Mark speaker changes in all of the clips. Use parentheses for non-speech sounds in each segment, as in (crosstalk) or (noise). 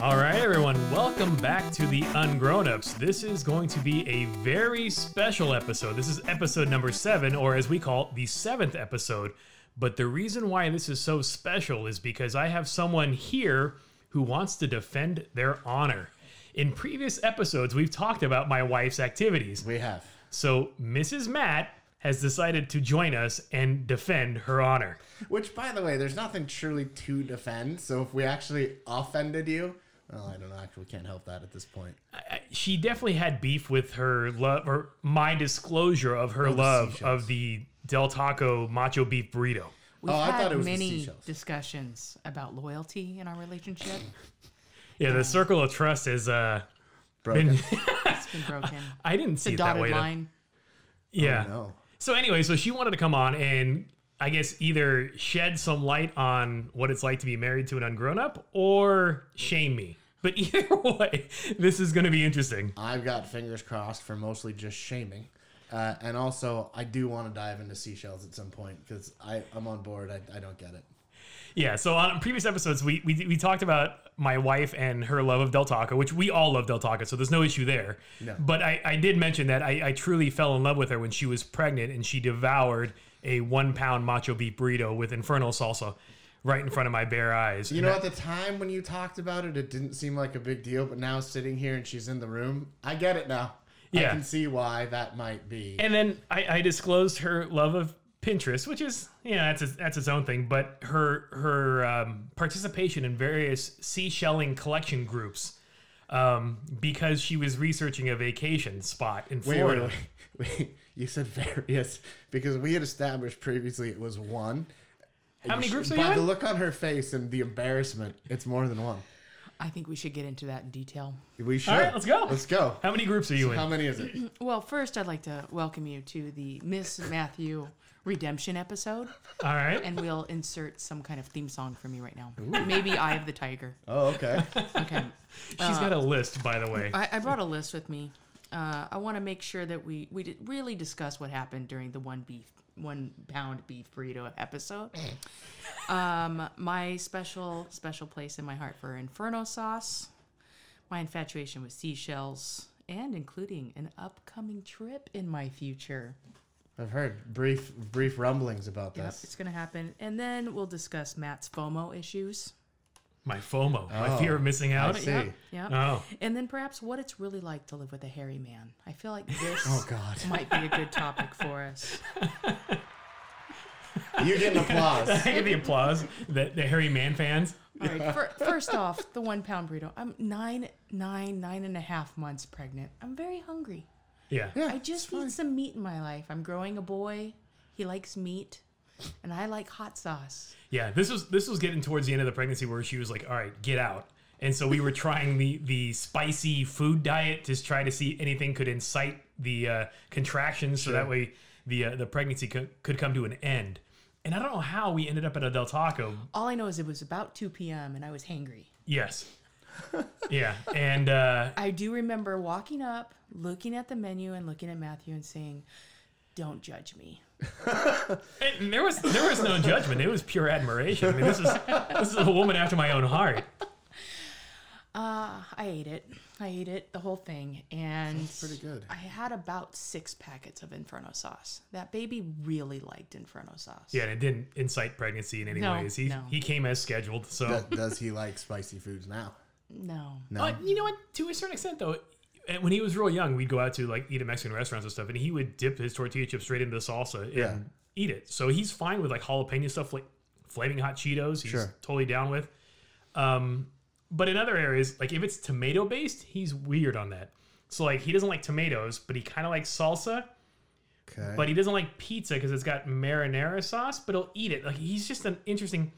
Speaker 1: All right, everyone, welcome back to the Ungrown Ups. This is going to be a very special episode. This is episode number seven, or as we call it, the seventh episode. But the reason why this is so special is because I have someone here who wants to defend their honor. In previous episodes, we've talked about my wife's activities.
Speaker 2: We have.
Speaker 1: So Mrs. Matt has decided to join us and defend her honor.
Speaker 2: Which, by the way, there's nothing truly to defend. So if we actually offended you, well, I don't know. Actually, can't help that at this point.
Speaker 1: I- She definitely had beef with her love or my disclosure of her
Speaker 2: the
Speaker 1: love
Speaker 2: seashells.
Speaker 1: of the Del Taco Macho Beef Burrito.
Speaker 3: We've
Speaker 2: Oh, I
Speaker 3: had
Speaker 2: thought it was the
Speaker 3: many
Speaker 2: seashells.
Speaker 3: discussions about loyalty in our
Speaker 2: (laughs)
Speaker 3: relationship.
Speaker 1: Yeah, the circle of trust is uh (laughs)
Speaker 2: Broken.
Speaker 3: It's been broken.
Speaker 1: I didn't see
Speaker 3: The
Speaker 1: it that
Speaker 3: dotted
Speaker 1: way. though.
Speaker 3: line.
Speaker 1: Yeah.
Speaker 2: Oh, no.
Speaker 1: So anyway, so she wanted to come on and I guess either shed some light on what it's like to be married to an ungrown up or shame me. But (laughs) either way, this is going to be interesting.
Speaker 2: I've got fingers crossed for mostly just shaming. Uh, and also, I do want to dive into seashells at some point because I'm on board. I, I don't get it.
Speaker 1: Yeah. So on previous episodes, we, we we talked about my wife and her love of Del Taco, which we all love Del Taco, so there's no issue there.
Speaker 2: No.
Speaker 1: But I, I did mention that I, I truly fell in love with her when she was pregnant and she devoured a one pound macho beef burrito with infernal salsa right in front of my bare eyes.
Speaker 2: You know, at the time when you talked about it, it didn't seem like a big deal. But now, sitting here and she's in the room, I get it now.
Speaker 1: Yeah.
Speaker 2: I can see why that might be.
Speaker 1: And then I, I disclosed her love of Pinterest, which is yeah, that's that's its own thing. But her her um, participation in various seashelling collection groups. Um, because she was researching a vacation spot in
Speaker 2: Wait,
Speaker 1: Florida.
Speaker 2: wait, (laughs) wait, wait. You said various because we had established previously it was one.
Speaker 1: How many groups are you
Speaker 2: By the
Speaker 1: in?
Speaker 2: look on her face and the embarrassment, it's more than one.
Speaker 3: I think we should get into that in detail.
Speaker 2: We should.
Speaker 1: right, let's go.
Speaker 2: Let's go.
Speaker 1: How many groups are you
Speaker 2: How
Speaker 1: in?
Speaker 2: many is it?
Speaker 3: Well, first, I'd like to welcome you to the Miss Matthew redemption episode,
Speaker 1: All right.
Speaker 3: and we'll insert some kind of theme song from you right now. Maybe Eye of the Tiger.
Speaker 2: Oh, okay.
Speaker 3: Okay.
Speaker 1: She's got a list, by the way.
Speaker 3: I, I brought a list with me. Uh, I want to make sure that we we did really discuss what happened during the one beef one pound beef burrito
Speaker 2: (laughs)
Speaker 3: episode. um, my special special place in my heart for inferno sauce, my infatuation with seashells, and including an upcoming trip in my future.
Speaker 2: I've heard brief brief rumblings about
Speaker 3: Yep,
Speaker 2: this.
Speaker 3: it's gonna happen, and then we'll discuss Matt's FOMO issues.
Speaker 1: My FOMO, my
Speaker 2: Oh,
Speaker 1: fear of missing out.
Speaker 2: I see.
Speaker 3: Yep, yep.
Speaker 2: Uh,
Speaker 1: Oh, (laughs)
Speaker 3: and then perhaps what it's really like to live with a hairy man. I feel like this.
Speaker 2: Oh God!
Speaker 3: might be a good topic
Speaker 2: (laughs)
Speaker 3: for us.
Speaker 2: You get an applause.
Speaker 1: I get the applause that the Harry Man fans.
Speaker 3: All right. fir- first off, the one pound burrito. I'm nine, nine, nine and a half months pregnant. I'm very hungry.
Speaker 1: Yeah.
Speaker 2: Yeah,
Speaker 3: I
Speaker 2: it's
Speaker 3: just
Speaker 2: fine.
Speaker 3: need some meat in my life. I'm growing a boy. He likes meat, and I like hot sauce.
Speaker 1: Yeah. This was this was getting towards the end of the pregnancy where she was like, "All right, get out." And so we were trying the the spicy food diet to try to see anything could incite the uh, contractions, so that way the uh, the pregnancy could, could come to an end. And I don't know how we ended up at a Del Taco.
Speaker 3: All I know is it was about 2 p.m. and I was hangry.
Speaker 1: Yes. (laughs) Yeah. And uh,
Speaker 3: I do remember walking up, looking at the menu, and looking at Matthew and saying, "Don't judge me."
Speaker 1: And there was there was no judgment. It was pure admiration. I mean, this is this is a woman after my own heart.
Speaker 3: Uh, I ate it. I ate it, the whole thing, and
Speaker 2: pretty good.
Speaker 3: I had about six packets of Inferno sauce. That baby really liked Inferno sauce.
Speaker 1: Yeah, and it didn't incite pregnancy in any
Speaker 3: No,
Speaker 1: ways. He
Speaker 3: no.
Speaker 1: he came as scheduled. So,
Speaker 2: Does- Does he like spicy foods now?
Speaker 3: No.
Speaker 2: No.
Speaker 1: but Uh, you know what? To a certain extent, though, and when he was real young, we'd go out to like eat at Mexican restaurants and stuff, and he would dip his tortilla chips straight into the salsa and
Speaker 2: Yeah.
Speaker 1: eat it. So he's fine with like jalapeno stuff, like flaming hot Cheetos. He's
Speaker 2: Sure.
Speaker 1: totally down with. Um, but in other areas, like if it's tomato based, he's weird on that. So like he doesn't like tomatoes, but he kind of likes salsa.
Speaker 2: okay.
Speaker 1: but he doesn't like pizza because it's got marinara sauce. But he'll eat it. Like he's just an interesting.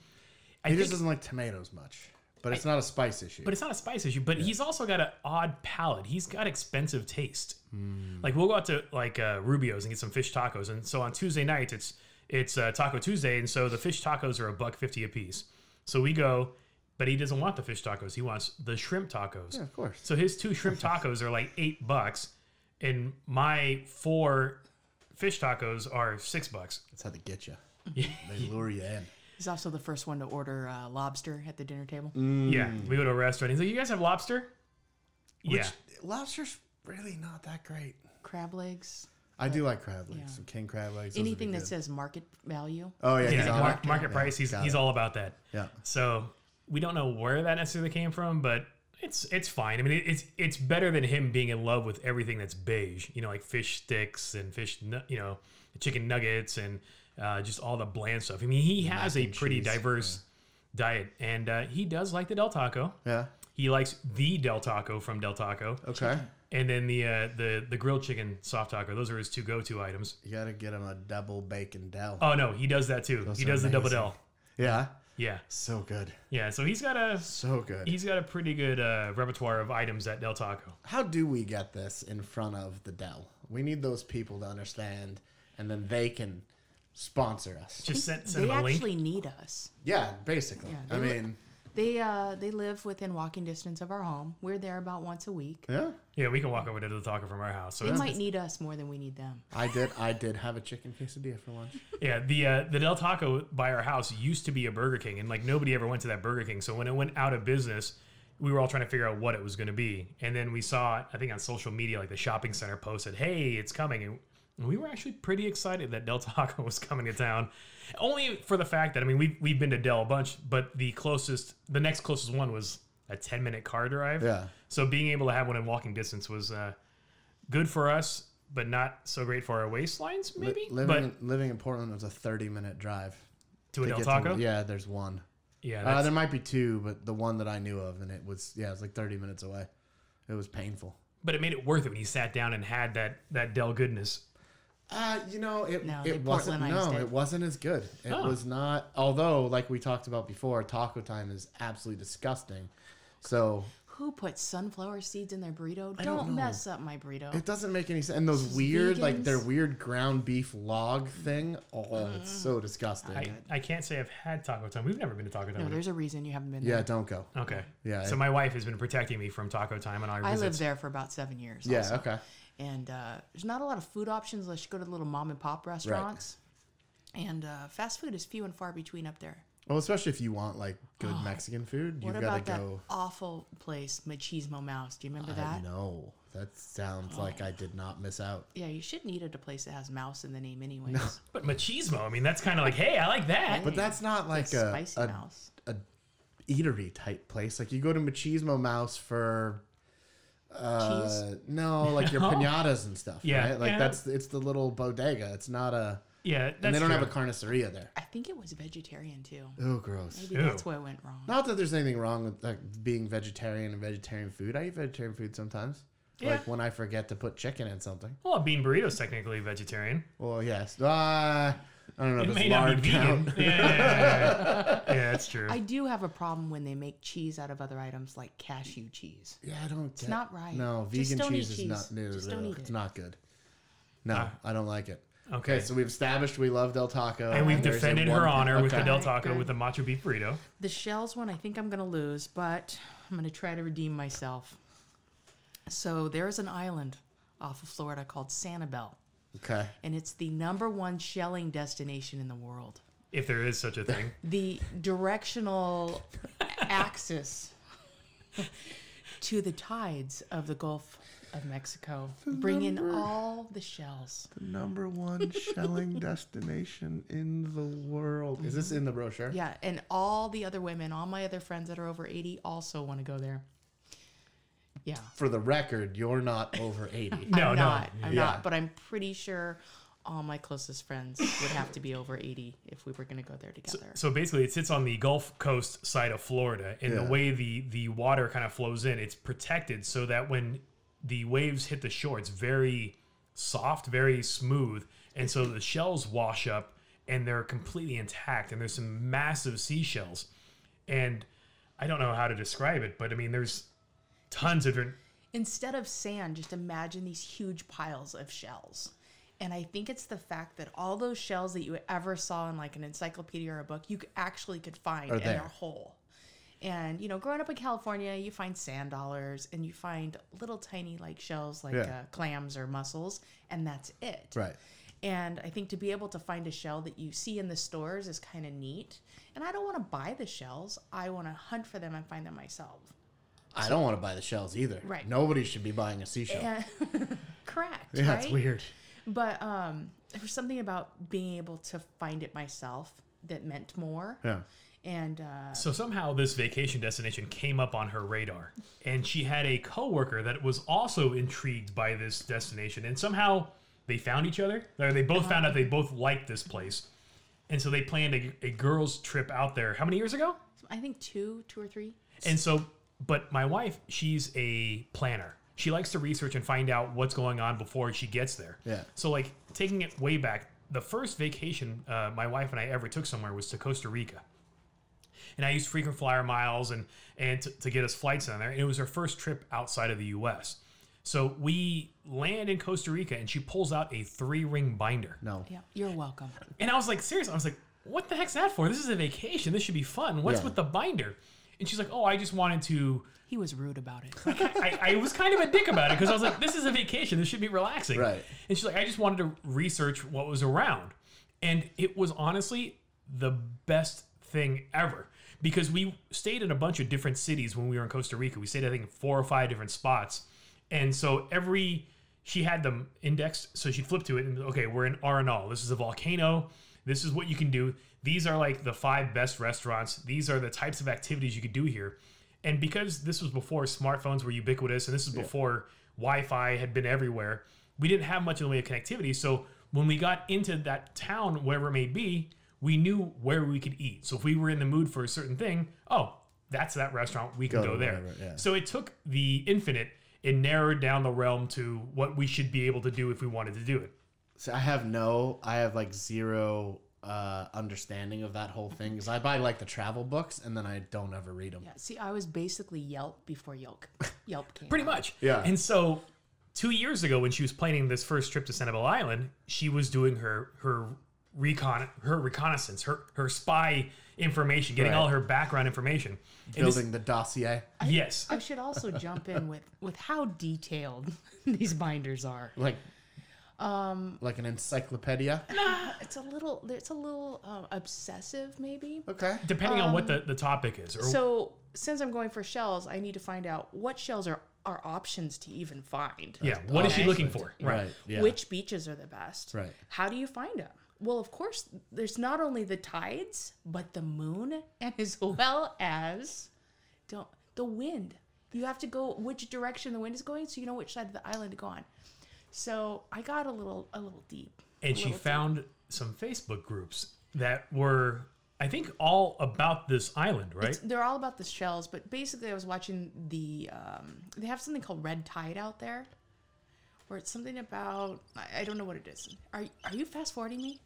Speaker 1: I
Speaker 2: he
Speaker 1: think,
Speaker 2: just doesn't like tomatoes much. But it's not a spice issue.
Speaker 1: but it's not a spice issue. But he's also got an odd palate. He's got expensive taste.
Speaker 2: Hmm.
Speaker 1: Like we'll go out to like uh, Rubio's and get some fish tacos, and so on Tuesday nights it's it's uh, Taco Tuesday, and so the fish tacos are a buck fifty a piece. So we go, but he doesn't want the fish tacos. He wants the shrimp tacos.
Speaker 2: yeah, of course.
Speaker 1: So his two shrimp tacos are like eight bucks, and my four fish tacos are six bucks.
Speaker 2: That's how they get you. They lure you in.
Speaker 3: He's also the first one to order uh, lobster at the dinner table.
Speaker 2: Mm. Hmm.
Speaker 1: Yeah, we go to a restaurant. He's like, "You guys have lobster?" yeah,
Speaker 2: Lobster's really not that great.
Speaker 3: Crab legs.
Speaker 2: I do like crab legs,
Speaker 3: Yeah.
Speaker 2: some king crab legs. those would be
Speaker 3: Anything that
Speaker 2: good.
Speaker 3: says market value.
Speaker 2: Oh yeah, he's
Speaker 1: yeah.
Speaker 2: on
Speaker 1: Mark,
Speaker 2: it.
Speaker 1: market price. He's
Speaker 2: got
Speaker 1: he's
Speaker 2: it.
Speaker 1: all about that.
Speaker 2: Yeah.
Speaker 1: So we don't know where that necessarily came from, but it's it's fine. I mean, it- it's it's better than him being in love with everything that's beige. You know, like fish sticks and fish, nu- you know, chicken nuggets and uh, just all the bland stuff. I mean, he has a
Speaker 2: and
Speaker 1: pretty
Speaker 2: cheese,
Speaker 1: diverse diet, and uh, he does like the Del Taco.
Speaker 2: Yeah.
Speaker 1: He likes the Del Taco from Del Taco,
Speaker 2: Okay.
Speaker 1: and then the uh, the the grilled chicken soft taco. Those are his two go to items.
Speaker 2: You gotta get him a double bacon del.
Speaker 1: Oh no, he does that too. he
Speaker 2: are
Speaker 1: does the double
Speaker 2: amazing.
Speaker 1: Del.
Speaker 2: Yeah.
Speaker 1: Yeah,
Speaker 2: So good.
Speaker 1: yeah. So he's got a
Speaker 2: So good.
Speaker 1: He's got a pretty good uh, repertoire of items at Del Taco.
Speaker 2: How do we get this in front of the Dell? We need those people to understand, and then they can sponsor us.
Speaker 1: Just send, send
Speaker 3: They
Speaker 1: them a link.
Speaker 3: actually need us.
Speaker 2: Yeah, basically.
Speaker 3: Yeah,
Speaker 2: I
Speaker 3: they
Speaker 2: mean,
Speaker 3: They uh, they live within walking distance of our home. We're there about once a week.
Speaker 2: yeah.
Speaker 1: Yeah, we can walk over to Del Taco from our house. So
Speaker 3: They
Speaker 1: it's-
Speaker 3: might need us more than we need them.
Speaker 2: I did. I did have a chicken quesadilla
Speaker 1: (laughs)
Speaker 2: for lunch.
Speaker 1: yeah, the uh, the Del Taco by our house used to be a Burger King, and like nobody ever went to that Burger King. So when it went out of business, we were all trying to figure out what it was going to be, and then we saw I think on social media like the shopping center posted, "Hey, it's coming." And we were actually pretty excited that Del (laughs) Taco was coming to town, only for the fact that I mean we we've been to Del a bunch, but the closest, the next closest one was a ten minute car drive.
Speaker 2: Yeah.
Speaker 1: So being able to have one in walking distance was uh, good for us, but not so great for our waistlines,
Speaker 2: Li-
Speaker 1: maybe.
Speaker 2: living
Speaker 1: but
Speaker 2: in, living in Portland was a thirty-minute drive.
Speaker 1: to a
Speaker 2: to
Speaker 1: Del
Speaker 2: get to-
Speaker 1: Taco, yeah,
Speaker 2: yeah, there's one. Uh,
Speaker 1: that's-
Speaker 2: there might be two, but the one that I knew of, and it was yeah, it was like thirty minutes away. It was painful.
Speaker 1: but it made it worth it when you sat down and had that that Dell goodness.
Speaker 2: Uh, you know, it
Speaker 3: No, they
Speaker 2: it wasn't
Speaker 3: Portlandized
Speaker 2: no,
Speaker 3: it.
Speaker 2: it wasn't as good. It
Speaker 1: Oh.
Speaker 2: was not. Although, like we talked about before, taco time is absolutely disgusting. So
Speaker 3: Who puts sunflower seeds in their burrito? Don't,
Speaker 2: don't know.
Speaker 3: mess up my burrito.
Speaker 2: it doesn't make any sense. And those weird, like their
Speaker 3: vegans.
Speaker 2: weird ground beef log thing. Oh, it's so disgusting.
Speaker 1: I, I can't say I've had Taco Time. We've never been to Taco
Speaker 3: no,
Speaker 1: Time.
Speaker 3: there's a reason you haven't been
Speaker 2: yeah,
Speaker 3: there.
Speaker 2: don't go.
Speaker 1: okay.
Speaker 2: Yeah,
Speaker 1: So
Speaker 2: it-
Speaker 1: my wife has been protecting me from Taco Time on our
Speaker 3: I
Speaker 1: visits.
Speaker 3: lived there for about seven years.
Speaker 2: Yeah.
Speaker 3: also.
Speaker 2: Okay.
Speaker 3: And uh, there's not a lot of food options unless you go to the little mom and pop restaurants. And uh, fast food is few and far between up there.
Speaker 2: Well, especially if you want like good Mexican food,
Speaker 3: Oh, What
Speaker 2: you've got
Speaker 3: about
Speaker 2: to
Speaker 3: that
Speaker 2: go.
Speaker 3: awful place, Machismo Mouse? Do you remember
Speaker 2: I
Speaker 3: that? Oh.
Speaker 2: know that sounds like I did not miss out.
Speaker 3: Yeah, you shouldn't eat at a place that has mouse in the
Speaker 2: (laughs)
Speaker 3: name, anyways.
Speaker 1: But machismo, I mean, that's kind of like, hey, I like that.
Speaker 2: But that's not like uh, a,
Speaker 3: Spicy
Speaker 2: a
Speaker 3: mouse.
Speaker 2: a eatery type place. Like you go to Machismo Mouse for uh,
Speaker 1: (laughs)
Speaker 2: no, like your pinatas and stuff.
Speaker 1: Yeah.
Speaker 2: right? like
Speaker 1: Yeah.
Speaker 2: that's it's the little bodega. It's not a
Speaker 1: yeah, that's
Speaker 2: and they don't
Speaker 1: true.
Speaker 2: have a carniceria there.
Speaker 3: I think it was vegetarian too.
Speaker 2: Oh, gross.
Speaker 3: Maybe that's
Speaker 1: Ew.
Speaker 3: where it went wrong.
Speaker 2: Not that there's anything wrong with like being vegetarian and vegetarian food. I eat vegetarian food sometimes.
Speaker 1: Yeah.
Speaker 2: Like when I forget to put chicken in something.
Speaker 1: well, a bean burrito's technically vegetarian.
Speaker 2: Well, yes. Uh, I don't know.
Speaker 1: It
Speaker 2: if
Speaker 1: may
Speaker 2: it's
Speaker 1: not
Speaker 2: lard
Speaker 1: be vegan. (laughs)
Speaker 2: count.
Speaker 1: Yeah, yeah, yeah, yeah. Yeah, that's true.
Speaker 3: I do have a problem when they make cheese out of other items like cashew cheese.
Speaker 2: Yeah, I don't. It's
Speaker 3: not right.
Speaker 2: No,
Speaker 3: Just
Speaker 2: vegan
Speaker 3: don't eat
Speaker 2: cheese is
Speaker 3: cheese.
Speaker 2: not. No,
Speaker 3: Just
Speaker 2: no,
Speaker 3: don't eat
Speaker 2: it's
Speaker 3: it.
Speaker 2: not good. No, I don't like it.
Speaker 1: Ah. Okay.
Speaker 2: so we've established we love Del Taco,
Speaker 1: and we've
Speaker 2: there's a
Speaker 1: defended her
Speaker 2: one-
Speaker 1: honor with the
Speaker 2: okay.
Speaker 1: Del
Speaker 3: Alright,
Speaker 1: Taco
Speaker 3: good.
Speaker 1: with the matcha beef burrito.
Speaker 3: The shells one, I think I'm going to lose, but I'm going to try to redeem myself. So there's an island off of Florida called Sanibel,
Speaker 2: Okay,
Speaker 3: and it's the number one shelling destination in the world.
Speaker 1: If there is such a thing.
Speaker 3: The directional axis to the tides of the Gulf of Mexico. Bring in all the shells.
Speaker 2: the number one
Speaker 3: (laughs)
Speaker 2: shelling destination in the world. Is this in the brochure?
Speaker 3: Yeah, and all the other women, all my other friends that are over 80 also want to go there. Yeah.
Speaker 2: For the record, you're not
Speaker 3: (laughs)
Speaker 2: over eighty.
Speaker 1: No, no.
Speaker 3: I'm not. I'm
Speaker 2: Yeah.
Speaker 3: not, but I'm pretty sure all my closest friends would have to be over 80 if we were going to go there together.
Speaker 1: So basically, it sits on the Gulf Coast side of Florida, and the
Speaker 2: Yeah.
Speaker 1: way the the water kind of flows in, it's protected so that when the waves hit the shore, it's very soft, very smooth, and so the shells wash up and they're completely intact. And there's some massive seashells, and I don't know how to describe it, but I mean, there's tons of different.
Speaker 3: Instead of sand, just imagine these huge piles of shells. And I think it's the fact that all those shells that you ever saw in like an encyclopedia or a book, you c- actually could find,
Speaker 2: Are
Speaker 3: and they're
Speaker 2: there.
Speaker 3: whole. And you know, growing up in California, you find sand dollars and you find little tiny like shells like
Speaker 2: Yeah.
Speaker 3: uh, clams or mussels, and that's it.
Speaker 2: Right.
Speaker 3: And I think to be able to find a shell that you see in the stores is kind of neat. And I don't want to buy the shells. I want to hunt for them and find them myself.
Speaker 2: I don't want to buy the shells either.
Speaker 3: Right.
Speaker 2: Nobody should be buying a seashell.
Speaker 3: Yeah. Correct.
Speaker 2: Yeah,
Speaker 3: right?
Speaker 2: it's weird.
Speaker 3: But um, there was something about being able to find it myself that meant more.
Speaker 2: Yeah.
Speaker 3: And uh,
Speaker 1: So somehow this vacation destination came up on her radar, and she had a coworker that was also intrigued by this destination, and somehow they found each other. Or they both found out they both liked this place, and so they planned a, a girls' trip out there. How many years ago?
Speaker 3: I think two, two or three.
Speaker 1: And so, but my wife, she's a planner. She likes to research and find out what's going on before she gets there.
Speaker 2: Yeah.
Speaker 1: So, like, taking it way back, the first vacation uh, my wife and I ever took somewhere was to Costa Rica. And I used frequent flyer miles and and to, to get us flights on there. And it was our first trip outside of the U.S. So we land in Costa Rica, and she pulls out a three ring binder.
Speaker 2: No.
Speaker 3: Yeah. You're welcome.
Speaker 1: And I was like, seriously, I was like, what the heck's that for? This is a vacation. This should be fun. What's
Speaker 2: Yeah.
Speaker 1: with the binder? And she's like, oh, I just wanted to.
Speaker 3: He was rude about it.
Speaker 1: I, I was kind of a dick about it because I was like, this is a vacation. This should be relaxing.
Speaker 2: Right.
Speaker 1: And she's like, I just wanted to research what was around. And it was honestly the best thing ever because we stayed in a bunch of different cities when we were in Costa Rica. We stayed, I think, in four or five different spots. And so every, she had them indexed. So she flipped to it and, okay, we're in Arenal. This is a volcano. This is what you can do. These are like the five best restaurants. These are the types of activities you could do here. And because this was before smartphones were ubiquitous and this is before Wi Fi had been everywhere, we didn't have much in the way of connectivity. So when we got into that town, wherever it may be, we knew where we could eat. So if we were in the mood for a certain thing, oh, that's that restaurant. We can
Speaker 2: Go
Speaker 1: go,
Speaker 2: to
Speaker 1: there.
Speaker 2: whatever, yeah.
Speaker 1: So it took the infinite and narrowed down the realm to what we should be able to do if we wanted to do it.
Speaker 2: So I have no, I have like zero uh, understanding of that whole thing because I buy like the travel books and then I don't ever read them.
Speaker 3: (laughs) Yeah, see, I was basically Yelp before Yelp. Yelp came.
Speaker 1: Pretty much.
Speaker 2: Yeah.
Speaker 1: And so two years ago when she was planning this first trip to Sanibel Island, she was doing her her recon her reconnaissance, her her spy information, getting
Speaker 2: Right.
Speaker 1: all her background information. And this-
Speaker 2: Building the dossier,
Speaker 1: yes.
Speaker 3: I should also jump in with with how detailed (laughs) these binders are.
Speaker 2: like, um, like an encyclopedia.
Speaker 3: It's a little it's a little uh, obsessive maybe.
Speaker 2: Okay.
Speaker 1: Depending on what the, the topic is or
Speaker 3: Um, So, since I'm going for shells, I need to find out what shells are are options to even find.
Speaker 1: yeah, what is she
Speaker 3: Okay.
Speaker 1: looking for?
Speaker 2: Right. Yeah.
Speaker 3: Which beaches are the best?
Speaker 2: Right.
Speaker 3: How do you find them? Well, of course, there's not only the tides, but the moon, (laughs) and as well as don't the wind. You have to go which direction the wind is going, so you know which side of the island to go on. So I got a little a little deep.
Speaker 1: and she found some Facebook groups that were, I think, all about this island, right?
Speaker 3: They're all about the shells, but basically, I was watching the. Um, they have something called Red Tide out there, where it's something about I, I don't know what it is. Are are you fast forwarding me?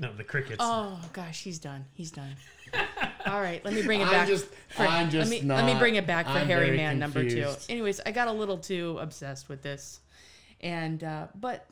Speaker 1: no, the crickets.
Speaker 3: Oh gosh, he's done.
Speaker 2: (laughs)
Speaker 3: He's done. All right, let me bring it
Speaker 2: I'm
Speaker 3: back.
Speaker 2: just-
Speaker 3: for-
Speaker 2: I'm just
Speaker 3: let me, let me
Speaker 2: not-
Speaker 3: bring it back for
Speaker 2: I'm
Speaker 3: Harry
Speaker 2: very
Speaker 3: Man number two.
Speaker 2: confused.
Speaker 3: Anyways, I got a little too obsessed with this, and uh, but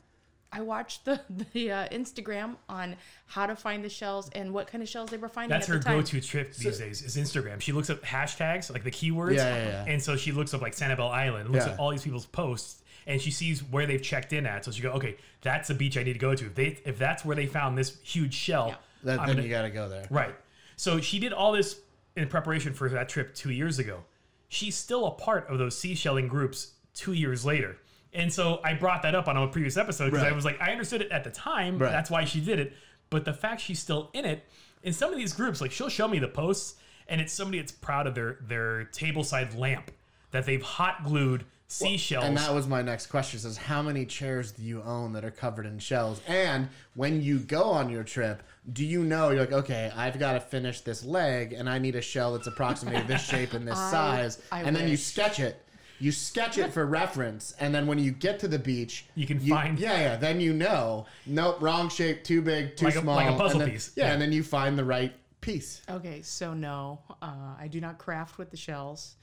Speaker 3: I watched the (laughs) the uh, Instagram on how to find the shells and what kind of shells they were finding.
Speaker 1: That's
Speaker 3: at
Speaker 1: her
Speaker 3: the time.
Speaker 1: go-to trip these days is Instagram. She looks up hashtags, like the keywords,
Speaker 2: Yeah, yeah, yeah.
Speaker 1: and so she looks up like Sanibel Island, looks
Speaker 2: Yeah.
Speaker 1: at all these people's posts, and she sees where they've checked in at. So she go, okay, that's the beach I need to go to. If they, if that's where they found this huge shell,
Speaker 3: Yeah.
Speaker 2: That,
Speaker 1: I'm
Speaker 2: then
Speaker 1: gonna-
Speaker 2: you gotta go there.
Speaker 1: Right. So she did all this in preparation for that trip two years ago. She's still a part of those seashelling groups two years later. And so I brought that up on a previous episode because I
Speaker 2: Right.
Speaker 1: was like, I understood it at the time.
Speaker 2: Right.
Speaker 1: That's why she did it. But the fact she's still in it, in some of these groups, like she'll show me the posts, and it's somebody that's proud of their their tableside lamp that they've hot glued seashells.
Speaker 2: And that was my next question: is how many chairs do you own that are covered in shells? And when you go on your trip, do you know you're like, okay, I've got to finish this leg, and I need a shell that's approximately this shape
Speaker 1: (laughs)
Speaker 2: and this size,
Speaker 3: I
Speaker 2: and then you
Speaker 3: wish.
Speaker 2: sketch it. You sketch it for reference, and then when you get to the beach,
Speaker 1: You can find-
Speaker 2: Yeah, yeah. Then you know. Nope, wrong shape, too big, too
Speaker 1: Like a-
Speaker 2: small.
Speaker 1: like a
Speaker 2: and
Speaker 1: puzzle
Speaker 2: then-
Speaker 1: piece.
Speaker 2: Yeah,
Speaker 1: Yeah.
Speaker 2: and then you find the right piece.
Speaker 3: Okay, so no, uh, I do not craft with the shells,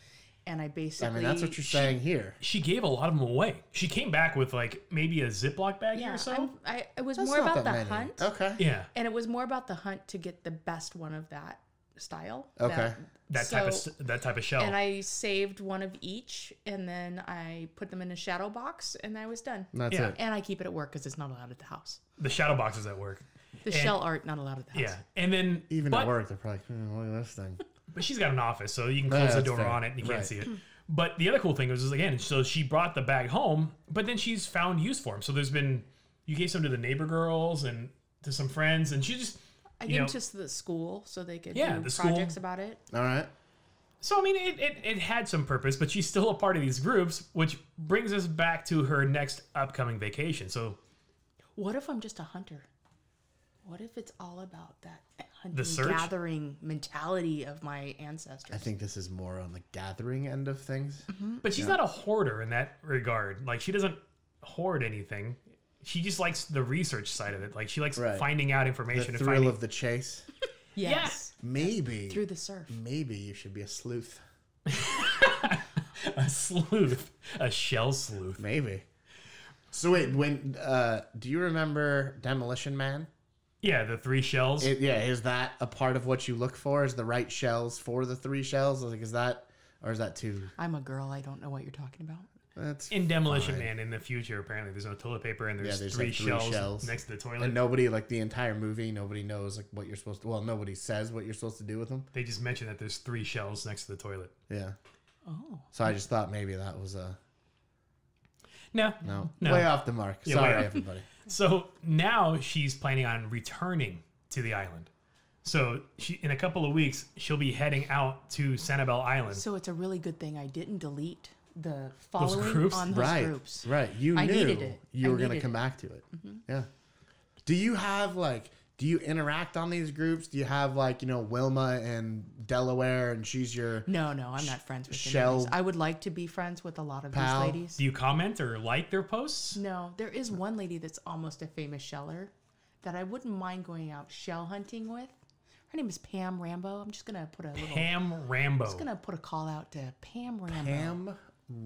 Speaker 3: and I basically.
Speaker 2: I mean, that's what you're saying here.
Speaker 1: she gave a lot of them away. She came back with like maybe a Ziploc bag
Speaker 3: Yeah,
Speaker 1: or so.
Speaker 3: I'm- I, it was
Speaker 2: That's
Speaker 3: more
Speaker 2: not
Speaker 3: about
Speaker 2: that many.
Speaker 3: the hunt,
Speaker 2: Okay.
Speaker 1: yeah.
Speaker 3: and it was more about the hunt to get the best one of that style.
Speaker 2: Okay.
Speaker 1: That type of oh.
Speaker 3: so-
Speaker 1: s- that type of shell.
Speaker 3: And I saved one of each, and then I put them in a shadow box, and I was done.
Speaker 2: That's
Speaker 1: Yeah.
Speaker 2: it.
Speaker 3: And I keep it at work because it's not allowed at the house.
Speaker 1: the shadow boxes at work.
Speaker 3: The shell art not allowed at the house.
Speaker 1: Yeah, and then
Speaker 2: Even
Speaker 1: but,
Speaker 2: at work, they're probably like, "Hmm, look at this thing.
Speaker 1: but she's got an office, so you can
Speaker 2: Yeah,
Speaker 1: close the
Speaker 2: that's
Speaker 1: door
Speaker 2: fair.
Speaker 1: on it and you can't
Speaker 2: Right.
Speaker 1: see it. But the other cool thing was is again, so she brought the bag home, but then she's found use for them. So there's been you gave some to the neighbor girls and to some friends, and she just
Speaker 3: I
Speaker 1: you
Speaker 3: gave
Speaker 1: know,
Speaker 3: them to the school so they could
Speaker 1: Yeah,
Speaker 3: do
Speaker 1: the school.
Speaker 3: projects about it.
Speaker 2: All right.
Speaker 1: So I mean, it, it it had some purpose, but she's still a part of these groups, which brings us back to her next upcoming vacation. So
Speaker 3: What if I'm just a hunter? What if it's all about that hunting,
Speaker 1: The search?
Speaker 3: gathering mentality of my ancestors?
Speaker 2: I think this is more on the gathering end
Speaker 1: (laughs)
Speaker 2: of things.
Speaker 1: But she's not a hoarder in that regard. Like she doesn't hoard anything. She just likes the research side of it. Like she likes
Speaker 2: Right.
Speaker 1: finding out
Speaker 2: The
Speaker 1: information and
Speaker 2: thrill
Speaker 1: finding.
Speaker 2: of the chase.
Speaker 3: yes.
Speaker 2: Maybe.
Speaker 3: Through the surf.
Speaker 2: maybe you should be a sleuth.
Speaker 1: (laughs) a sleuth, a shell sleuth.
Speaker 2: Maybe. So wait, when uh, do you remember Demolition Man?
Speaker 1: Yeah, the three shells.
Speaker 2: It, yeah, is that a part of what you look for? Is the right shells for the three shells? Like, is that or is that too?
Speaker 3: I'm a girl. I don't know what you're talking about.
Speaker 2: That's
Speaker 1: in Demolition Man, in the future, apparently there's no toilet paper and there's,
Speaker 2: there's,
Speaker 1: three,
Speaker 2: like, three
Speaker 1: shells
Speaker 2: shells.
Speaker 1: next to the toilet.
Speaker 2: and nobody like the entire movie. Nobody knows like what you're supposed to. Well, nobody says what you're supposed to do with them.
Speaker 1: They just mentioned that there's three shells next to the toilet.
Speaker 2: Yeah.
Speaker 3: Oh.
Speaker 2: So I just thought maybe that was a
Speaker 1: No,
Speaker 2: no,
Speaker 1: No.
Speaker 2: way off the mark.
Speaker 1: Yeah, way
Speaker 2: Sorry,
Speaker 1: off.
Speaker 2: everybody.
Speaker 1: So now she's planning on returning to the island. So she, in a couple of weeks, she'll be heading out to Sanibel Island.
Speaker 3: So it's a really good thing I didn't delete the following
Speaker 1: groups?
Speaker 3: on those
Speaker 2: right,
Speaker 3: groups.
Speaker 2: right. You
Speaker 3: I
Speaker 2: knew
Speaker 3: needed it. Mm-hmm.
Speaker 2: you
Speaker 3: I
Speaker 2: were going to
Speaker 3: needed
Speaker 2: come back to it. Yeah. Do you have like? Do you interact on these groups? Do you have like you know Wilma and Delaware, and she's your
Speaker 3: No, no, I'm not friends with
Speaker 2: Shell-
Speaker 3: any of these. I would like to be friends with a lot of
Speaker 2: Pal.
Speaker 3: these ladies.
Speaker 1: Do you comment or like their posts?
Speaker 3: No, there is one lady that's almost a famous sheller that I wouldn't mind going out shell hunting with. Her name is Pam Rambo. I'm just gonna put a little.
Speaker 1: Pam Rambo.
Speaker 3: just gonna put a call out to Pam Rambo.
Speaker 2: Pam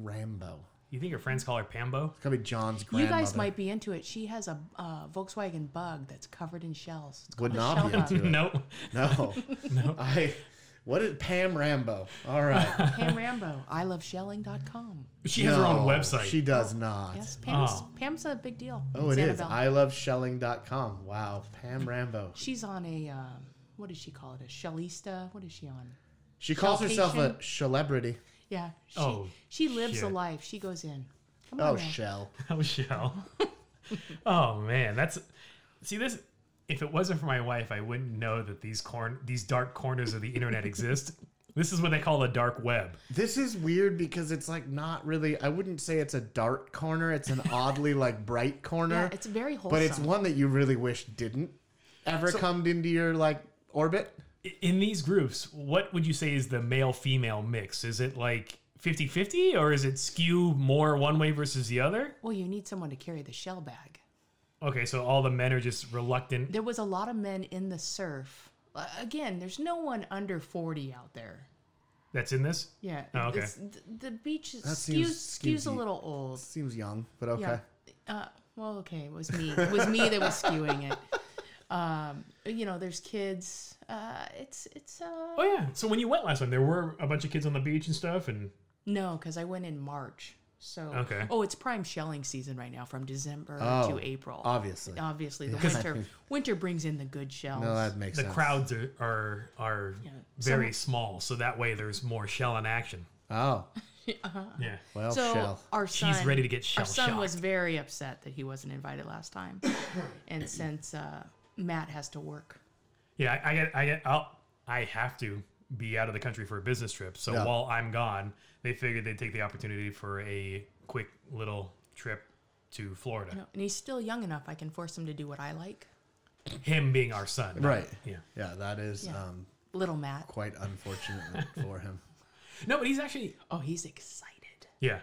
Speaker 2: Rambo?
Speaker 1: You think your friends call her Pambo?
Speaker 2: It's gonna be John's
Speaker 3: you
Speaker 2: grandmother.
Speaker 3: guys might be into it. She has a uh, Volkswagen Bug that's covered in shells. It's
Speaker 2: would
Speaker 3: called a
Speaker 2: not
Speaker 1: (laughs)
Speaker 2: be into
Speaker 3: shell
Speaker 2: it.
Speaker 1: No. (laughs)
Speaker 2: No, no. I. What is Pam Rambo? All right.
Speaker 3: bug. Pam Rambo. I love shelling.com.
Speaker 1: (laughs) She has her own
Speaker 2: No,
Speaker 1: website.
Speaker 2: She does not.
Speaker 3: Yes, Pam's,
Speaker 1: Oh.
Speaker 3: Pam's a big deal.
Speaker 2: Oh, it
Speaker 3: It's
Speaker 2: is.
Speaker 3: Annabelle.
Speaker 2: I love shelling.com. Wow, Pam Rambo.
Speaker 3: She's on a um, what does she call it? A shellista? What is she on?
Speaker 2: She calls herself a celebrity.
Speaker 3: Yeah. She,
Speaker 1: Oh,
Speaker 3: she lives a
Speaker 1: shit.
Speaker 3: life. She goes in. Come on.
Speaker 2: Oh,
Speaker 3: now.
Speaker 2: shell.
Speaker 1: oh, shell. (laughs) oh man, that's see this. If it wasn't for my wife, I wouldn't know that these corn these dark corners of the internet
Speaker 3: (laughs)
Speaker 1: exist. This is what they call a dark web.
Speaker 2: This is weird because it's like not really. I wouldn't say it's a dark corner. It's
Speaker 3: (laughs)
Speaker 2: an oddly like bright corner,
Speaker 3: yeah, it's very wholesome.
Speaker 2: but it's one that you really wish didn't ever come into your like orbit.
Speaker 1: I- In these groups, what would you say is the male female mix? Is it like 50-50 or is it skew more one way versus the other?
Speaker 3: Well, you need someone to carry the shell bag.
Speaker 1: Okay, so all the men are just reluctant.
Speaker 3: There was a lot of men in the surf. Uh, Again, there's no one under 40 out there.
Speaker 1: That's in this.
Speaker 3: Yeah.
Speaker 1: Oh, okay.
Speaker 3: it's- th- the beach is
Speaker 2: That
Speaker 3: skews,
Speaker 2: seems-
Speaker 3: skews
Speaker 2: skews
Speaker 3: a
Speaker 2: you.
Speaker 3: little old.
Speaker 2: Seems young, but okay.
Speaker 3: Yeah. Uh, well, okay, it was me. It was me that was skewing
Speaker 2: (laughs)
Speaker 3: it. Um, you know, there's kids. Uh, it's it's uh,
Speaker 1: Oh yeah. So when you went last time, there were a bunch of kids on the beach and stuff, and
Speaker 3: No, because I went in March. So
Speaker 1: Okay.
Speaker 3: Oh, it's prime shelling season right now, from December
Speaker 2: Oh,
Speaker 3: to April.
Speaker 2: Obviously,
Speaker 3: Obviously, the
Speaker 2: Yeah.
Speaker 3: winter winter brings in the good shells.
Speaker 2: no, that makes
Speaker 1: the
Speaker 2: sense.
Speaker 1: crowds are are, are very small, so that way there's more shell in action.
Speaker 2: Oh,
Speaker 3: Uh-huh.
Speaker 1: Yeah.
Speaker 2: well,
Speaker 3: so
Speaker 2: shell.
Speaker 3: our son,
Speaker 1: She's ready to get shell
Speaker 3: our son
Speaker 1: shocked.
Speaker 3: was very upset that he wasn't invited last
Speaker 2: (coughs)
Speaker 3: time, and since uh, Matt has to work,
Speaker 1: yeah, I, I get I get I'll, I have to be out of the country for a business trip. So
Speaker 2: Yeah.
Speaker 1: while I'm gone, they figured they'd take the opportunity for a quick little trip to Florida.
Speaker 3: you know, and he's still young enough, I can force him to do what I like.
Speaker 1: Him being our son.
Speaker 2: Right.
Speaker 1: Yeah.
Speaker 2: Yeah, that is
Speaker 3: Yeah.
Speaker 2: Um,
Speaker 3: Little Matt,
Speaker 2: quite unfortunate
Speaker 1: (laughs)
Speaker 2: for him.
Speaker 1: No, but he's actually
Speaker 3: oh, he's excited.
Speaker 1: yeah.